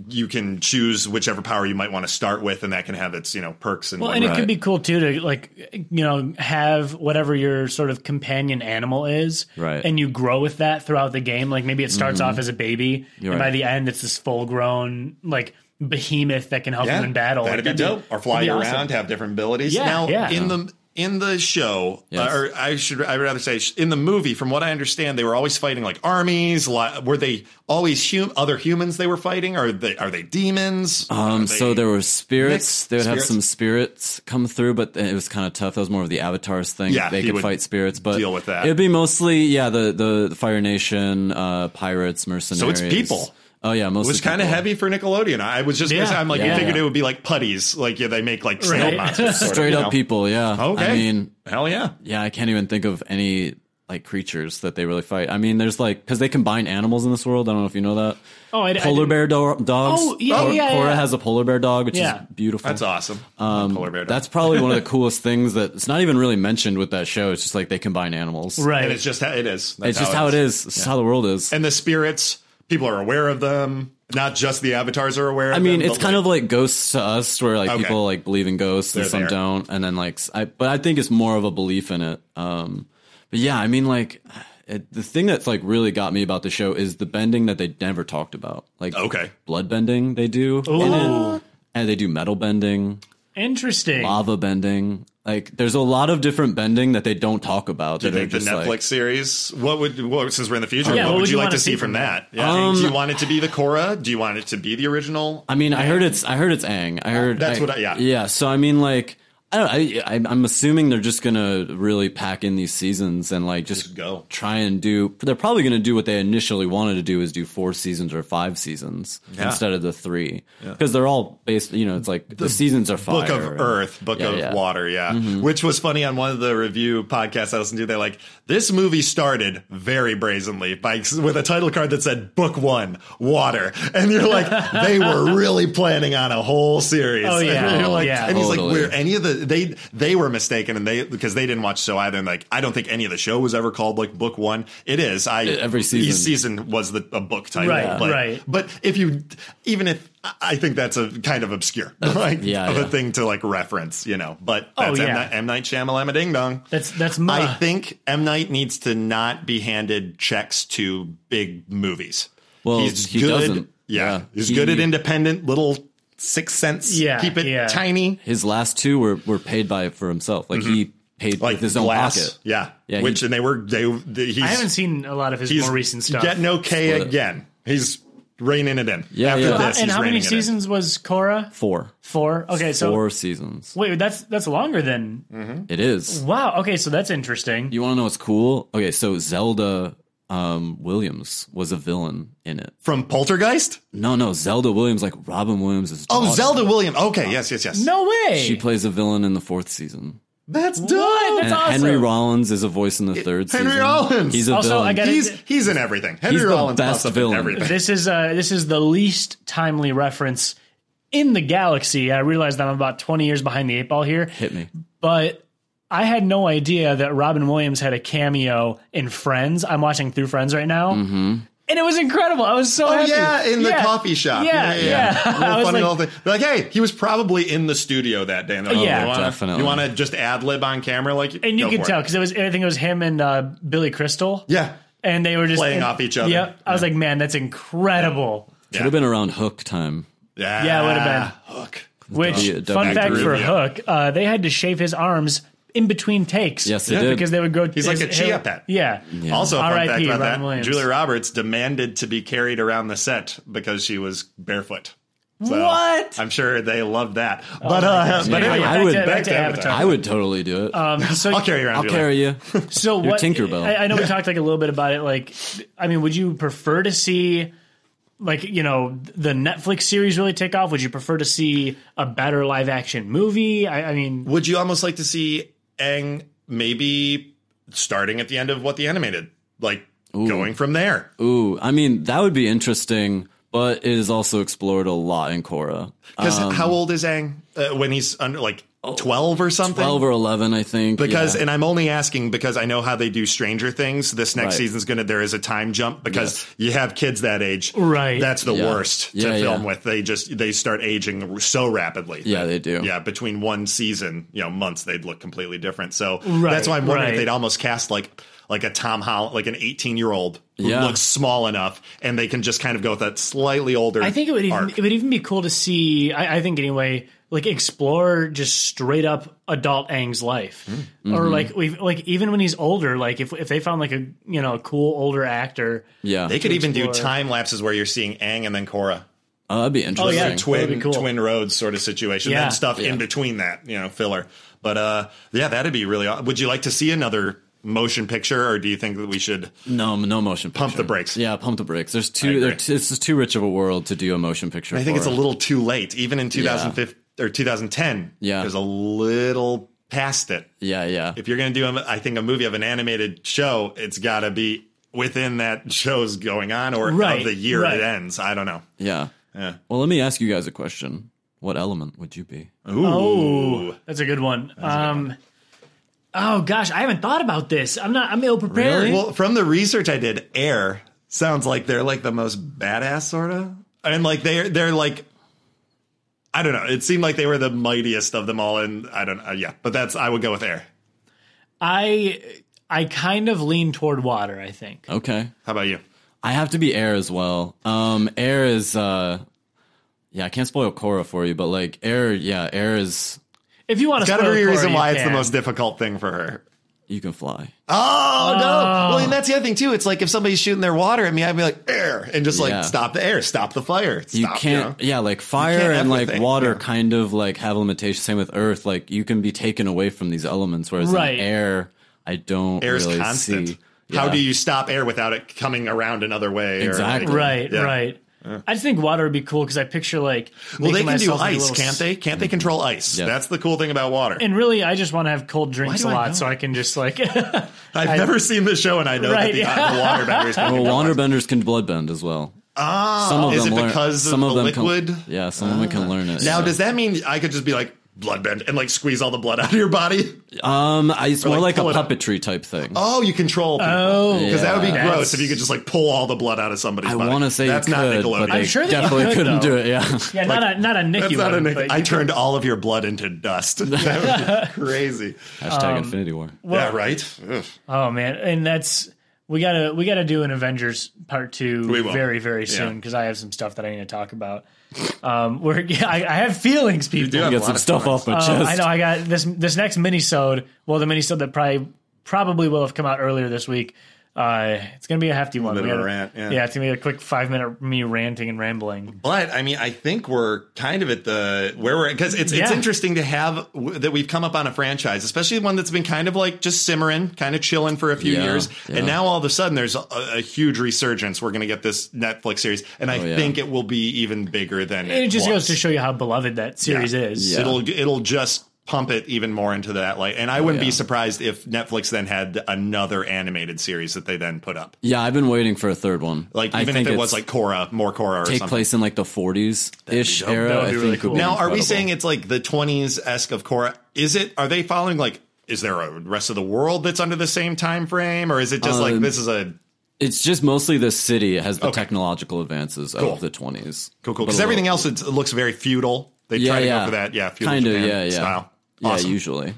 Speaker 2: you can choose whichever power you might want to start with, and that can have its you know perks and
Speaker 1: Well,
Speaker 2: whatnot.
Speaker 1: and it
Speaker 3: Right.
Speaker 1: could be cool too to like you know have whatever your sort of companion animal is,
Speaker 3: Right. Mm-hmm.
Speaker 1: And you grow with that throughout the game. Like maybe it starts off as a baby,
Speaker 3: You're
Speaker 1: and
Speaker 3: right.
Speaker 1: by the end it's this full grown like behemoth that can help
Speaker 2: Yeah,
Speaker 1: you in battle.
Speaker 2: That'd
Speaker 1: Like,
Speaker 2: be dope. or fly
Speaker 1: that'd
Speaker 2: you
Speaker 1: be
Speaker 2: around,
Speaker 1: awesome.
Speaker 2: have different abilities.
Speaker 1: Yeah,
Speaker 2: now
Speaker 1: yeah.
Speaker 2: in the in the show, uh,
Speaker 3: Yes.
Speaker 2: or I should I would rather say sh- in the movie. From what I understand, they were always fighting like armies. Li- were they always hum- other humans they were fighting? Are they are they demons?
Speaker 3: Um,
Speaker 2: Are they-
Speaker 3: so there were spirits.
Speaker 2: mixed
Speaker 3: They would have
Speaker 2: spirits?
Speaker 3: some spirits come through, but it was kind of tough. That was more of the avatars thing.
Speaker 2: Yeah,
Speaker 3: they
Speaker 2: he
Speaker 3: could
Speaker 2: would
Speaker 3: fight spirits, but
Speaker 2: deal with that.
Speaker 3: It'd be mostly yeah, the the, the Fire Nation, uh, pirates, mercenaries.
Speaker 2: people.
Speaker 3: Oh yeah,
Speaker 2: it
Speaker 3: mostly
Speaker 2: was kind of
Speaker 3: people.
Speaker 2: heavy for Nickelodeon. I was just gonna
Speaker 1: Yeah,
Speaker 2: say, I'm like
Speaker 3: yeah,
Speaker 2: I figured
Speaker 3: yeah.
Speaker 2: it would be like putties, like yeah, they make like snow
Speaker 1: Right.
Speaker 2: monsters, sort of,
Speaker 3: Straight
Speaker 2: you
Speaker 3: up
Speaker 2: know?
Speaker 3: people. Yeah.
Speaker 2: Okay,
Speaker 3: I mean,
Speaker 2: hell yeah,
Speaker 3: yeah, I can't even think of any like creatures that they really fight. I mean, there's like because they combine animals in this world. I don't know if you know that.
Speaker 1: Oh, I- I
Speaker 3: polar
Speaker 1: didn't-
Speaker 3: bear do- dogs.
Speaker 1: Oh, yeah,
Speaker 3: Cora,
Speaker 1: yeah,
Speaker 3: Cora
Speaker 1: yeah.
Speaker 3: has a polar bear dog, which
Speaker 1: Yeah.
Speaker 3: is beautiful.
Speaker 2: that's awesome. Polar bear dog.
Speaker 3: Um, That's probably one of the coolest things that it's not even really mentioned with that show. It's just like they combine animals.
Speaker 1: right?
Speaker 2: and it's just how it is. That's
Speaker 3: It's just how it is. It's just how the world is.
Speaker 2: and the spirits people are aware of them not just the avatars are aware of
Speaker 3: I mean,
Speaker 2: them,
Speaker 3: it's
Speaker 2: but,
Speaker 3: kind
Speaker 2: like,
Speaker 3: of like ghosts to us, where like
Speaker 2: Okay.
Speaker 3: people like believe in ghosts and
Speaker 2: They're
Speaker 3: some
Speaker 2: there.
Speaker 3: don't, and then like, s- I, but I think it's more of a belief in it. Um, but yeah, I mean, like it, the thing that's like really got me about the show is the bending that they never talked about. Like,
Speaker 2: Okay.
Speaker 3: blood bending they do, in it, and they do metal bending,
Speaker 1: Interesting.
Speaker 3: lava bending. Like, there's a lot of different bending that they don't talk about.
Speaker 2: I
Speaker 3: that are
Speaker 2: think the
Speaker 3: just,
Speaker 2: Netflix
Speaker 3: like-
Speaker 2: series. What would what, since we're in the future?
Speaker 1: Yeah,
Speaker 2: what, would you like
Speaker 1: wanna
Speaker 2: to see from that? Yeah. do you want it to be the Korra? Do you want it to be the original?
Speaker 3: I mean, I heard it's I heard it's Aang. I heard
Speaker 2: That's what I- yeah.
Speaker 3: yeah. So I mean, like I don't. I, I I'm assuming they're just gonna really pack in these seasons and like just,
Speaker 2: Just go.
Speaker 3: try and do. They're probably gonna do what they initially wanted to do is do four seasons or five seasons
Speaker 2: Yeah.
Speaker 3: instead of the three because they're all based. You know, it's like the, seasons are fire.
Speaker 2: Book of
Speaker 3: and-
Speaker 2: Earth, Book
Speaker 3: Yeah,
Speaker 2: of
Speaker 3: yeah. Mm-hmm.
Speaker 2: Water, yeah. Which was funny on one of the review podcasts I listened to. They're like, this movie started very brazenly by with a title card that said Book One, Water, and you're like, they were really planning on a whole series.
Speaker 1: Oh, yeah.
Speaker 2: and, you're like,
Speaker 1: Yeah.
Speaker 2: and he's
Speaker 3: Totally.
Speaker 2: like, we're any of the they they were mistaken and they because they didn't watch the show either. And like, I don't think any of the show was ever called like Book One. It is. I
Speaker 3: Every season.
Speaker 2: each season was the a book title,
Speaker 1: Right,
Speaker 2: but,
Speaker 1: right.
Speaker 2: But if you even if I- I think that's a kind of obscure, like
Speaker 3: yeah,
Speaker 2: of a
Speaker 3: yeah.
Speaker 2: thing to like reference, you know. But
Speaker 1: Oh,
Speaker 2: that's M.
Speaker 1: yeah.
Speaker 2: Night- M Night Shyamalama Ding Dong.
Speaker 1: that's that's my.
Speaker 2: I think M Night needs to not be handed checks to big movies.
Speaker 3: Well, he doesn't.
Speaker 2: Yeah,
Speaker 3: Yeah.
Speaker 2: he's
Speaker 3: He-
Speaker 2: good at independent little six cents.
Speaker 1: Yeah,
Speaker 2: keep it
Speaker 1: yeah.
Speaker 2: tiny.
Speaker 3: His last two were were paid by for himself. Like he paid
Speaker 2: Mm-hmm. Like
Speaker 3: with his own
Speaker 2: glass,
Speaker 3: pocket.
Speaker 2: yeah,
Speaker 3: Yeah, he-
Speaker 2: Which and they were they. they he's,
Speaker 1: I haven't seen a lot of his
Speaker 2: he's
Speaker 1: more recent stuff.
Speaker 2: Getting okay
Speaker 3: Split it.
Speaker 2: again. He's reining it in.
Speaker 3: Yeah,
Speaker 2: After
Speaker 3: yeah.
Speaker 1: Uh,
Speaker 2: this,
Speaker 1: and
Speaker 2: he's
Speaker 1: how many
Speaker 2: reining it in.
Speaker 1: seasons was Korra?
Speaker 3: Four.
Speaker 1: Four. Okay, so
Speaker 3: Four seasons.
Speaker 1: wait, that's that's longer than
Speaker 3: It is.
Speaker 1: wow. Okay, so that's interesting.
Speaker 3: You want to know what's cool? Okay, so Zelda um, Williams was a villain in it.
Speaker 2: from Poltergeist?
Speaker 3: No, no, Zelda Williams, like Robin Williams is.
Speaker 2: Oh, Zelda Williams. Okay, yes, yes, yes.
Speaker 1: no way.
Speaker 3: She plays a villain in the fourth season.
Speaker 2: that's
Speaker 1: What?
Speaker 2: done.
Speaker 1: That's
Speaker 3: and
Speaker 1: awesome.
Speaker 3: Henry Rollins is a voice in the third
Speaker 2: Henry
Speaker 3: season.
Speaker 2: Rollins!
Speaker 3: He's a
Speaker 1: Also,
Speaker 3: villain.
Speaker 1: I gotta-
Speaker 2: He's he's in everything. Henry
Speaker 3: the
Speaker 2: Rollins
Speaker 3: best
Speaker 2: pops up
Speaker 3: villain.
Speaker 2: in everything.
Speaker 1: This is uh, this is the least timely reference in the galaxy. I realize that I'm about 20 years behind the eight ball here,
Speaker 3: Hit me.
Speaker 1: but I had no idea that Robin Williams had a cameo in Friends. I'm watching through Friends right now. And it was incredible. I was so
Speaker 2: Oh
Speaker 1: happy.
Speaker 2: yeah, in the
Speaker 1: Yeah.
Speaker 2: coffee shop.
Speaker 1: Yeah, yeah.
Speaker 2: A little
Speaker 1: I was
Speaker 2: funny
Speaker 1: like-
Speaker 2: little thing. They're like, hey, he was probably in the studio that day. And they're like,
Speaker 1: Yeah.
Speaker 2: you wanna,
Speaker 3: Definitely.
Speaker 2: You want to just ad lib on camera, like,
Speaker 1: And you
Speaker 2: go
Speaker 1: could
Speaker 2: for
Speaker 1: tell
Speaker 2: it.
Speaker 1: because it was. I think it was him and uh, Billy Crystal.
Speaker 2: Yeah,
Speaker 1: and they were just
Speaker 2: Playing off each other.
Speaker 1: Yep. I was like, man, that's incredible.
Speaker 3: Should have been around Hook time.
Speaker 2: yeah,
Speaker 1: Yeah, it would've been.
Speaker 2: Hook.
Speaker 1: Which
Speaker 3: Yeah,
Speaker 1: fun
Speaker 3: definitely.
Speaker 1: fact for
Speaker 2: Groovy.
Speaker 1: Hook, uh, they had to shave his arms in between takes.
Speaker 3: Yes, they
Speaker 2: Yeah,
Speaker 3: did.
Speaker 1: because they would grow.
Speaker 2: He's like
Speaker 1: his-
Speaker 2: a chia pet.
Speaker 1: Yeah.
Speaker 2: Also, a fun
Speaker 1: R.I.P.
Speaker 2: fact about
Speaker 1: Robin
Speaker 2: that:
Speaker 1: Williams.
Speaker 2: Julia Roberts demanded to be carried around the set because she was barefoot. So
Speaker 1: What? Oh
Speaker 2: I'm sure they loved that. But uh, but
Speaker 1: Anyway,
Speaker 2: anyway,
Speaker 3: I
Speaker 1: back
Speaker 3: would-
Speaker 1: to, back
Speaker 2: back
Speaker 1: to
Speaker 2: to
Speaker 1: Avatar.
Speaker 3: I would totally do it.
Speaker 1: Um, so
Speaker 2: I'll carry you around.
Speaker 3: I'll
Speaker 2: Julia.
Speaker 3: carry you.
Speaker 1: So what?
Speaker 3: Tinkerbell.
Speaker 1: I, I know we talked like a little bit about it. Like, I mean, would you prefer to see? Like you know, the Netflix series really take off. Would you prefer to see a better live action movie? I, I mean,
Speaker 2: Would you almost like to see Aang maybe starting at the end of what the animated, like going from there?
Speaker 3: Ooh, I mean that would be interesting, but it is also explored a lot in Korra.
Speaker 2: Because how old is Aang uh, when he's under like twelve or something?
Speaker 3: Twelve or eleven, I think.
Speaker 2: because
Speaker 3: yeah.
Speaker 2: and I'm only asking because I know how they do Stranger Things. This next
Speaker 3: Right.
Speaker 2: season's gonna there is a time jump because you have kids that age.
Speaker 1: Right.
Speaker 2: That's the
Speaker 3: Yeah.
Speaker 2: worst to
Speaker 3: Yeah,
Speaker 2: film
Speaker 3: yeah.
Speaker 2: with. They just they start aging so rapidly.
Speaker 3: Yeah, they do.
Speaker 2: Yeah, between one season, you know, months they'd look completely different. So
Speaker 1: Right,
Speaker 2: that's why I'm wondering if
Speaker 1: right.
Speaker 2: they'd almost cast like like a Tom Holland, like an 18 year old who
Speaker 3: Yeah.
Speaker 2: looks small enough, and they can just kind of go with that slightly older.
Speaker 1: I think it would even,
Speaker 2: arc.
Speaker 1: it would even be cool to see. I, I think anyway, like explore just straight up adult Aang's life,
Speaker 2: Hmm. Mm-hmm.
Speaker 1: or like we've like even when he's older, like if if they found like a you know a cool older actor,
Speaker 3: yeah,
Speaker 2: they could even do
Speaker 1: explore.
Speaker 2: time lapses where you're seeing Aang and then Korra.
Speaker 3: oh, that'd be interesting.
Speaker 1: yeah.
Speaker 2: a
Speaker 1: That'd be
Speaker 2: twin
Speaker 1: cool.
Speaker 2: twin roads sort of situation
Speaker 1: Yeah.
Speaker 2: and stuff in between that you know filler but uh yeah that'd be really aw- would you like to see another motion picture or do you think that we should
Speaker 3: No, no motion. Picture.
Speaker 2: Pump the brakes.
Speaker 3: Yeah, pump the brakes. There's
Speaker 2: agree.
Speaker 3: too. There, it's just too rich of a world to do a motion picture.
Speaker 2: i think it's a
Speaker 3: for.
Speaker 2: little too late even in 2015 or 2010
Speaker 3: Yeah.
Speaker 2: there's a little past it
Speaker 3: Yeah, yeah.
Speaker 2: if you're gonna do a- I think a movie of an animated show it's gotta be within that show's going on or
Speaker 1: Right,
Speaker 2: of the year
Speaker 1: right.
Speaker 2: it ends i don't know
Speaker 3: Yeah.
Speaker 2: Yeah.
Speaker 3: Well, let me ask you guys a question. What element would you be?
Speaker 2: Ooh.
Speaker 1: Oh, that's a good one. um, oh gosh, I haven't thought about this. I'm not. I'm ill prepared.
Speaker 2: Well, from the research I did, air sounds like they're like the most badass sort of, and like they're they're like, I don't know. It seemed like they were the mightiest of them all, and I don't know. Yeah, but that's I would go with air.
Speaker 1: I I kind of lean toward water. I think.
Speaker 3: Okay.
Speaker 2: How about you?
Speaker 3: I have to be air as well. Um, air is. uh Yeah, I can't spoil Korra for you, but like air. Yeah, air is.
Speaker 1: If you want to,
Speaker 2: Got to
Speaker 1: spoil
Speaker 2: be a
Speaker 1: Korra,
Speaker 2: reason
Speaker 1: you
Speaker 2: why it's the
Speaker 1: can.
Speaker 2: most difficult thing for her.
Speaker 3: You can fly.
Speaker 2: Oh no! Well, and that's the other thing too. It's like if somebody's shooting their water at me, I'd be like air, and just like
Speaker 3: Yeah.
Speaker 2: stop the air, stop the fire. Stop,
Speaker 3: you
Speaker 2: know?
Speaker 3: can't yeah like
Speaker 2: can't
Speaker 3: fire and like
Speaker 2: everything,
Speaker 3: water
Speaker 2: yeah.
Speaker 3: kind of like have limitations same with earth like you can be taken away from these elements whereas
Speaker 1: Right.
Speaker 3: in air i don't
Speaker 2: Air's
Speaker 3: really
Speaker 2: constant.
Speaker 3: see
Speaker 2: How
Speaker 3: Yeah.
Speaker 2: do you stop air without it coming around another way? or, like,
Speaker 3: Exactly.
Speaker 1: right.
Speaker 2: Yeah.
Speaker 1: Right. I just think water would be cool because I picture like
Speaker 2: Well, they
Speaker 1: making
Speaker 2: can do
Speaker 1: myself into
Speaker 2: ice,
Speaker 1: little Mm-hmm.
Speaker 2: can't they? Can't they control ice?
Speaker 3: Yeah.
Speaker 2: That's the cool thing about water.
Speaker 1: And really, I just want to have cold drinks
Speaker 3: do
Speaker 1: a
Speaker 3: I
Speaker 1: lot,
Speaker 3: know?
Speaker 1: so I can just like.
Speaker 2: I've never seen this show, and I know
Speaker 1: Right,
Speaker 2: that the, uh,
Speaker 1: yeah.
Speaker 2: the water boundaries.
Speaker 3: well waterbenders can bloodbend as well
Speaker 2: ah,
Speaker 3: some of
Speaker 2: is
Speaker 3: them
Speaker 2: it
Speaker 3: learn,
Speaker 2: because of
Speaker 3: some
Speaker 2: the
Speaker 3: of them can-
Speaker 2: liquid? Ah.
Speaker 3: yeah some of them can learn it
Speaker 2: Now,
Speaker 3: yeah.
Speaker 2: does that mean I could just be like bloodbend and like squeeze all the blood out of your body?
Speaker 3: um I- it's more
Speaker 2: like,
Speaker 3: like,
Speaker 2: pull it
Speaker 3: a
Speaker 2: up.
Speaker 3: puppetry type thing
Speaker 2: Oh, you control people.
Speaker 1: Oh,
Speaker 2: because that would be
Speaker 1: yeah.
Speaker 2: gross if you could just like pull all the blood out of somebody's
Speaker 3: i
Speaker 2: body.
Speaker 3: want to say
Speaker 2: that's
Speaker 3: you
Speaker 2: not
Speaker 3: could
Speaker 2: Nickelodeon.
Speaker 3: but they
Speaker 1: I'm sure that you
Speaker 3: definitely
Speaker 1: could,
Speaker 3: couldn't
Speaker 1: though.
Speaker 3: do it yeah
Speaker 1: Yeah, not a not a
Speaker 2: that's
Speaker 1: Nicky
Speaker 2: not a
Speaker 1: one.
Speaker 2: Nick-
Speaker 1: but
Speaker 2: I
Speaker 1: you-
Speaker 2: turned all of your blood into dust. That would be crazy.
Speaker 3: hashtag
Speaker 2: Um,
Speaker 3: infinity war
Speaker 2: yeah, right. Ugh.
Speaker 1: oh man, and that's we gotta we gotta do an Avengers part two
Speaker 2: We will.
Speaker 1: very very
Speaker 2: Yeah.
Speaker 1: soon because I have some stuff that I need to talk about. Um, we're yeah, I, I have feelings, people.
Speaker 2: do have
Speaker 3: get
Speaker 2: a lot
Speaker 3: some
Speaker 2: of
Speaker 3: stuff
Speaker 2: feelings.
Speaker 3: off my
Speaker 1: Um,
Speaker 3: chest
Speaker 1: I know I got this this next minisode. Well, the minisode that probably probably will have come out earlier this week. Uh, it's gonna be a hefty one.
Speaker 2: bit
Speaker 1: We
Speaker 2: of a
Speaker 1: gotta-
Speaker 2: rant, yeah.
Speaker 1: it's gonna be a quick five minute me ranting and rambling.
Speaker 2: But I mean, I think we're kind of at the where we're because it's it's
Speaker 1: Yeah.
Speaker 2: interesting to have w- that we've come up on a franchise, especially one that's been kind of like just simmering, kind of chilling for a few
Speaker 3: Yeah,
Speaker 2: years,
Speaker 3: yeah.
Speaker 2: and now all of a sudden there's a, a huge resurgence. We're going to get this Netflix series, and I
Speaker 3: Oh, yeah.
Speaker 2: think it will be even bigger than
Speaker 1: It just
Speaker 2: was.
Speaker 1: goes to show you how beloved that series
Speaker 2: Yeah.
Speaker 1: is.
Speaker 3: Yeah.
Speaker 2: It'll it'll just pump it even more into that light,
Speaker 3: Oh,
Speaker 2: and I wouldn't be surprised if Netflix then had another animated series that they then put up.
Speaker 3: yeah i've been waiting for a third one
Speaker 2: Like
Speaker 3: I
Speaker 2: even if
Speaker 3: think
Speaker 2: it
Speaker 3: it's-
Speaker 2: was like Korra, more Korra, or
Speaker 3: take
Speaker 2: something.
Speaker 3: place in like the 40s ish
Speaker 1: That
Speaker 3: era.
Speaker 1: would
Speaker 3: I
Speaker 1: be
Speaker 3: think
Speaker 1: really
Speaker 3: would
Speaker 1: cool.
Speaker 3: be
Speaker 2: Now, are we
Speaker 3: incredible.
Speaker 2: saying it's like the 20s esque of Korra? Is it? Are they following like is there a rest of the world that's under the same time frame, or is it just like
Speaker 3: Um,
Speaker 2: this is a
Speaker 3: It's just mostly the city has the
Speaker 2: Okay.
Speaker 3: technological advances
Speaker 2: Cool.
Speaker 3: of the 20s.
Speaker 2: cool cool?
Speaker 3: But
Speaker 2: Because
Speaker 3: a
Speaker 2: everything
Speaker 3: little-
Speaker 2: else it looks very feudal. They
Speaker 3: Yeah,
Speaker 2: try to
Speaker 3: yeah.
Speaker 2: go for that, yeah, feudal
Speaker 3: Kinda,
Speaker 2: Japan
Speaker 3: yeah, yeah.
Speaker 2: style.
Speaker 3: Yeah,
Speaker 2: Awesome.
Speaker 3: usually.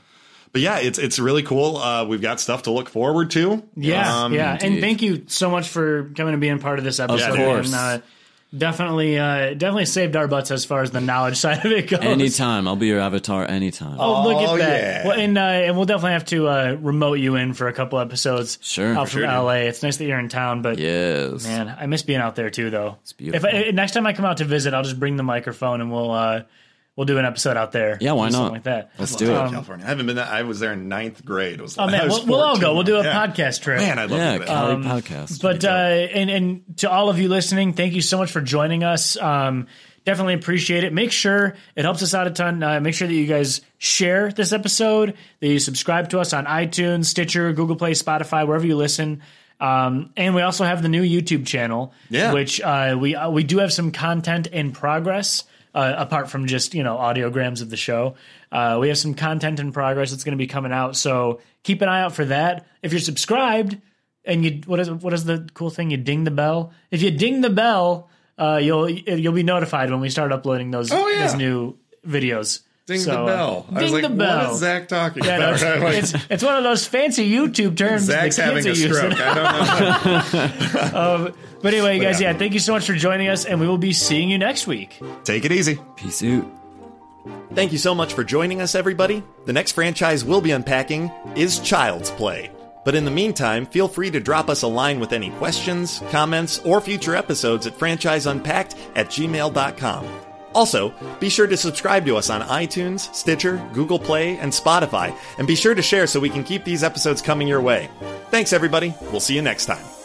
Speaker 2: but yeah, it's it's really cool. Uh, we've got stuff to look forward to.
Speaker 1: Yeah,
Speaker 2: Um,
Speaker 1: yeah, and
Speaker 3: indeed.
Speaker 1: thank you so much for coming and being part of this episode.
Speaker 3: course.
Speaker 1: And, uh, definitely, uh, definitely saved our butts as far as the knowledge side of it goes.
Speaker 3: Anytime. I'll be your avatar anytime.
Speaker 1: Oh, look
Speaker 2: Oh,
Speaker 1: at that!
Speaker 2: yeah.
Speaker 1: Well, and uh, and we'll definitely have to uh, remote you in for a couple episodes.
Speaker 3: Sure.
Speaker 1: out
Speaker 3: For
Speaker 1: from
Speaker 2: sure, dude.
Speaker 1: LA. It's nice that you're in town, but
Speaker 3: Yes.
Speaker 1: man, I miss being out there too, though. It's
Speaker 3: beautiful.
Speaker 1: If I, next time I come out to visit, I'll just bring the microphone and we'll uh, we'll do an episode out there.
Speaker 3: Yeah, why
Speaker 1: Something
Speaker 3: not?
Speaker 1: Like that.
Speaker 3: Let's do it.
Speaker 2: California. I haven't been. That, I was there in ninth grade. It was.
Speaker 1: Oh
Speaker 2: I
Speaker 1: Um, man,
Speaker 2: was
Speaker 1: we'll, we'll all go.
Speaker 2: 14.
Speaker 1: We'll do a
Speaker 2: Yeah.
Speaker 1: podcast trip.
Speaker 2: Man, I love
Speaker 3: yeah,
Speaker 2: that.
Speaker 3: Cali podcast.
Speaker 1: But uh, and and to all of you listening, thank you so much for joining us. Um, definitely appreciate it. Make sure it helps us out a ton. Uh, make sure that you guys share this episode, that you subscribe to us on iTunes, Stitcher, Google Play, Spotify, wherever you listen. Um, and we also have the new YouTube channel,
Speaker 2: Yeah.
Speaker 1: which uh, we uh, we do have some content in progress. Uh, apart from just you know audiograms of the show, uh, we have some content in progress that's going to be coming out. So keep an eye out for that. If you're subscribed, and you what is what is the cool thing? You ding the bell. If you ding the bell, uh, you'll you'll be notified when we start uploading those
Speaker 2: Oh, yeah.
Speaker 1: those new videos.
Speaker 2: Ding
Speaker 1: So,
Speaker 2: the
Speaker 1: uh,
Speaker 2: bell. I was
Speaker 1: ding
Speaker 2: like,
Speaker 1: the bell.
Speaker 2: What is Zach talking
Speaker 1: Yeah, no,
Speaker 2: about? I'm like,
Speaker 1: it's, it's it's one of those fancy YouTube terms. the
Speaker 2: Zach's having a
Speaker 1: kids are using.
Speaker 2: stroke. I don't know.
Speaker 1: But anyway, guys,
Speaker 2: yeah.
Speaker 1: yeah, thank you so much for joining us, and we will be seeing you next week.
Speaker 2: Take it easy.
Speaker 3: Peace out.
Speaker 4: Thank you so much for joining us, everybody. The next franchise we'll be unpacking is Child's Play. But in the meantime, feel free to drop us a line with any questions, comments, or future episodes at franchiseunpacked at gmail.com. Also, be sure to subscribe to us on iTunes, Stitcher, Google Play, and Spotify, and be sure to share so we can keep these episodes coming your way. Thanks, everybody. We'll see you next time.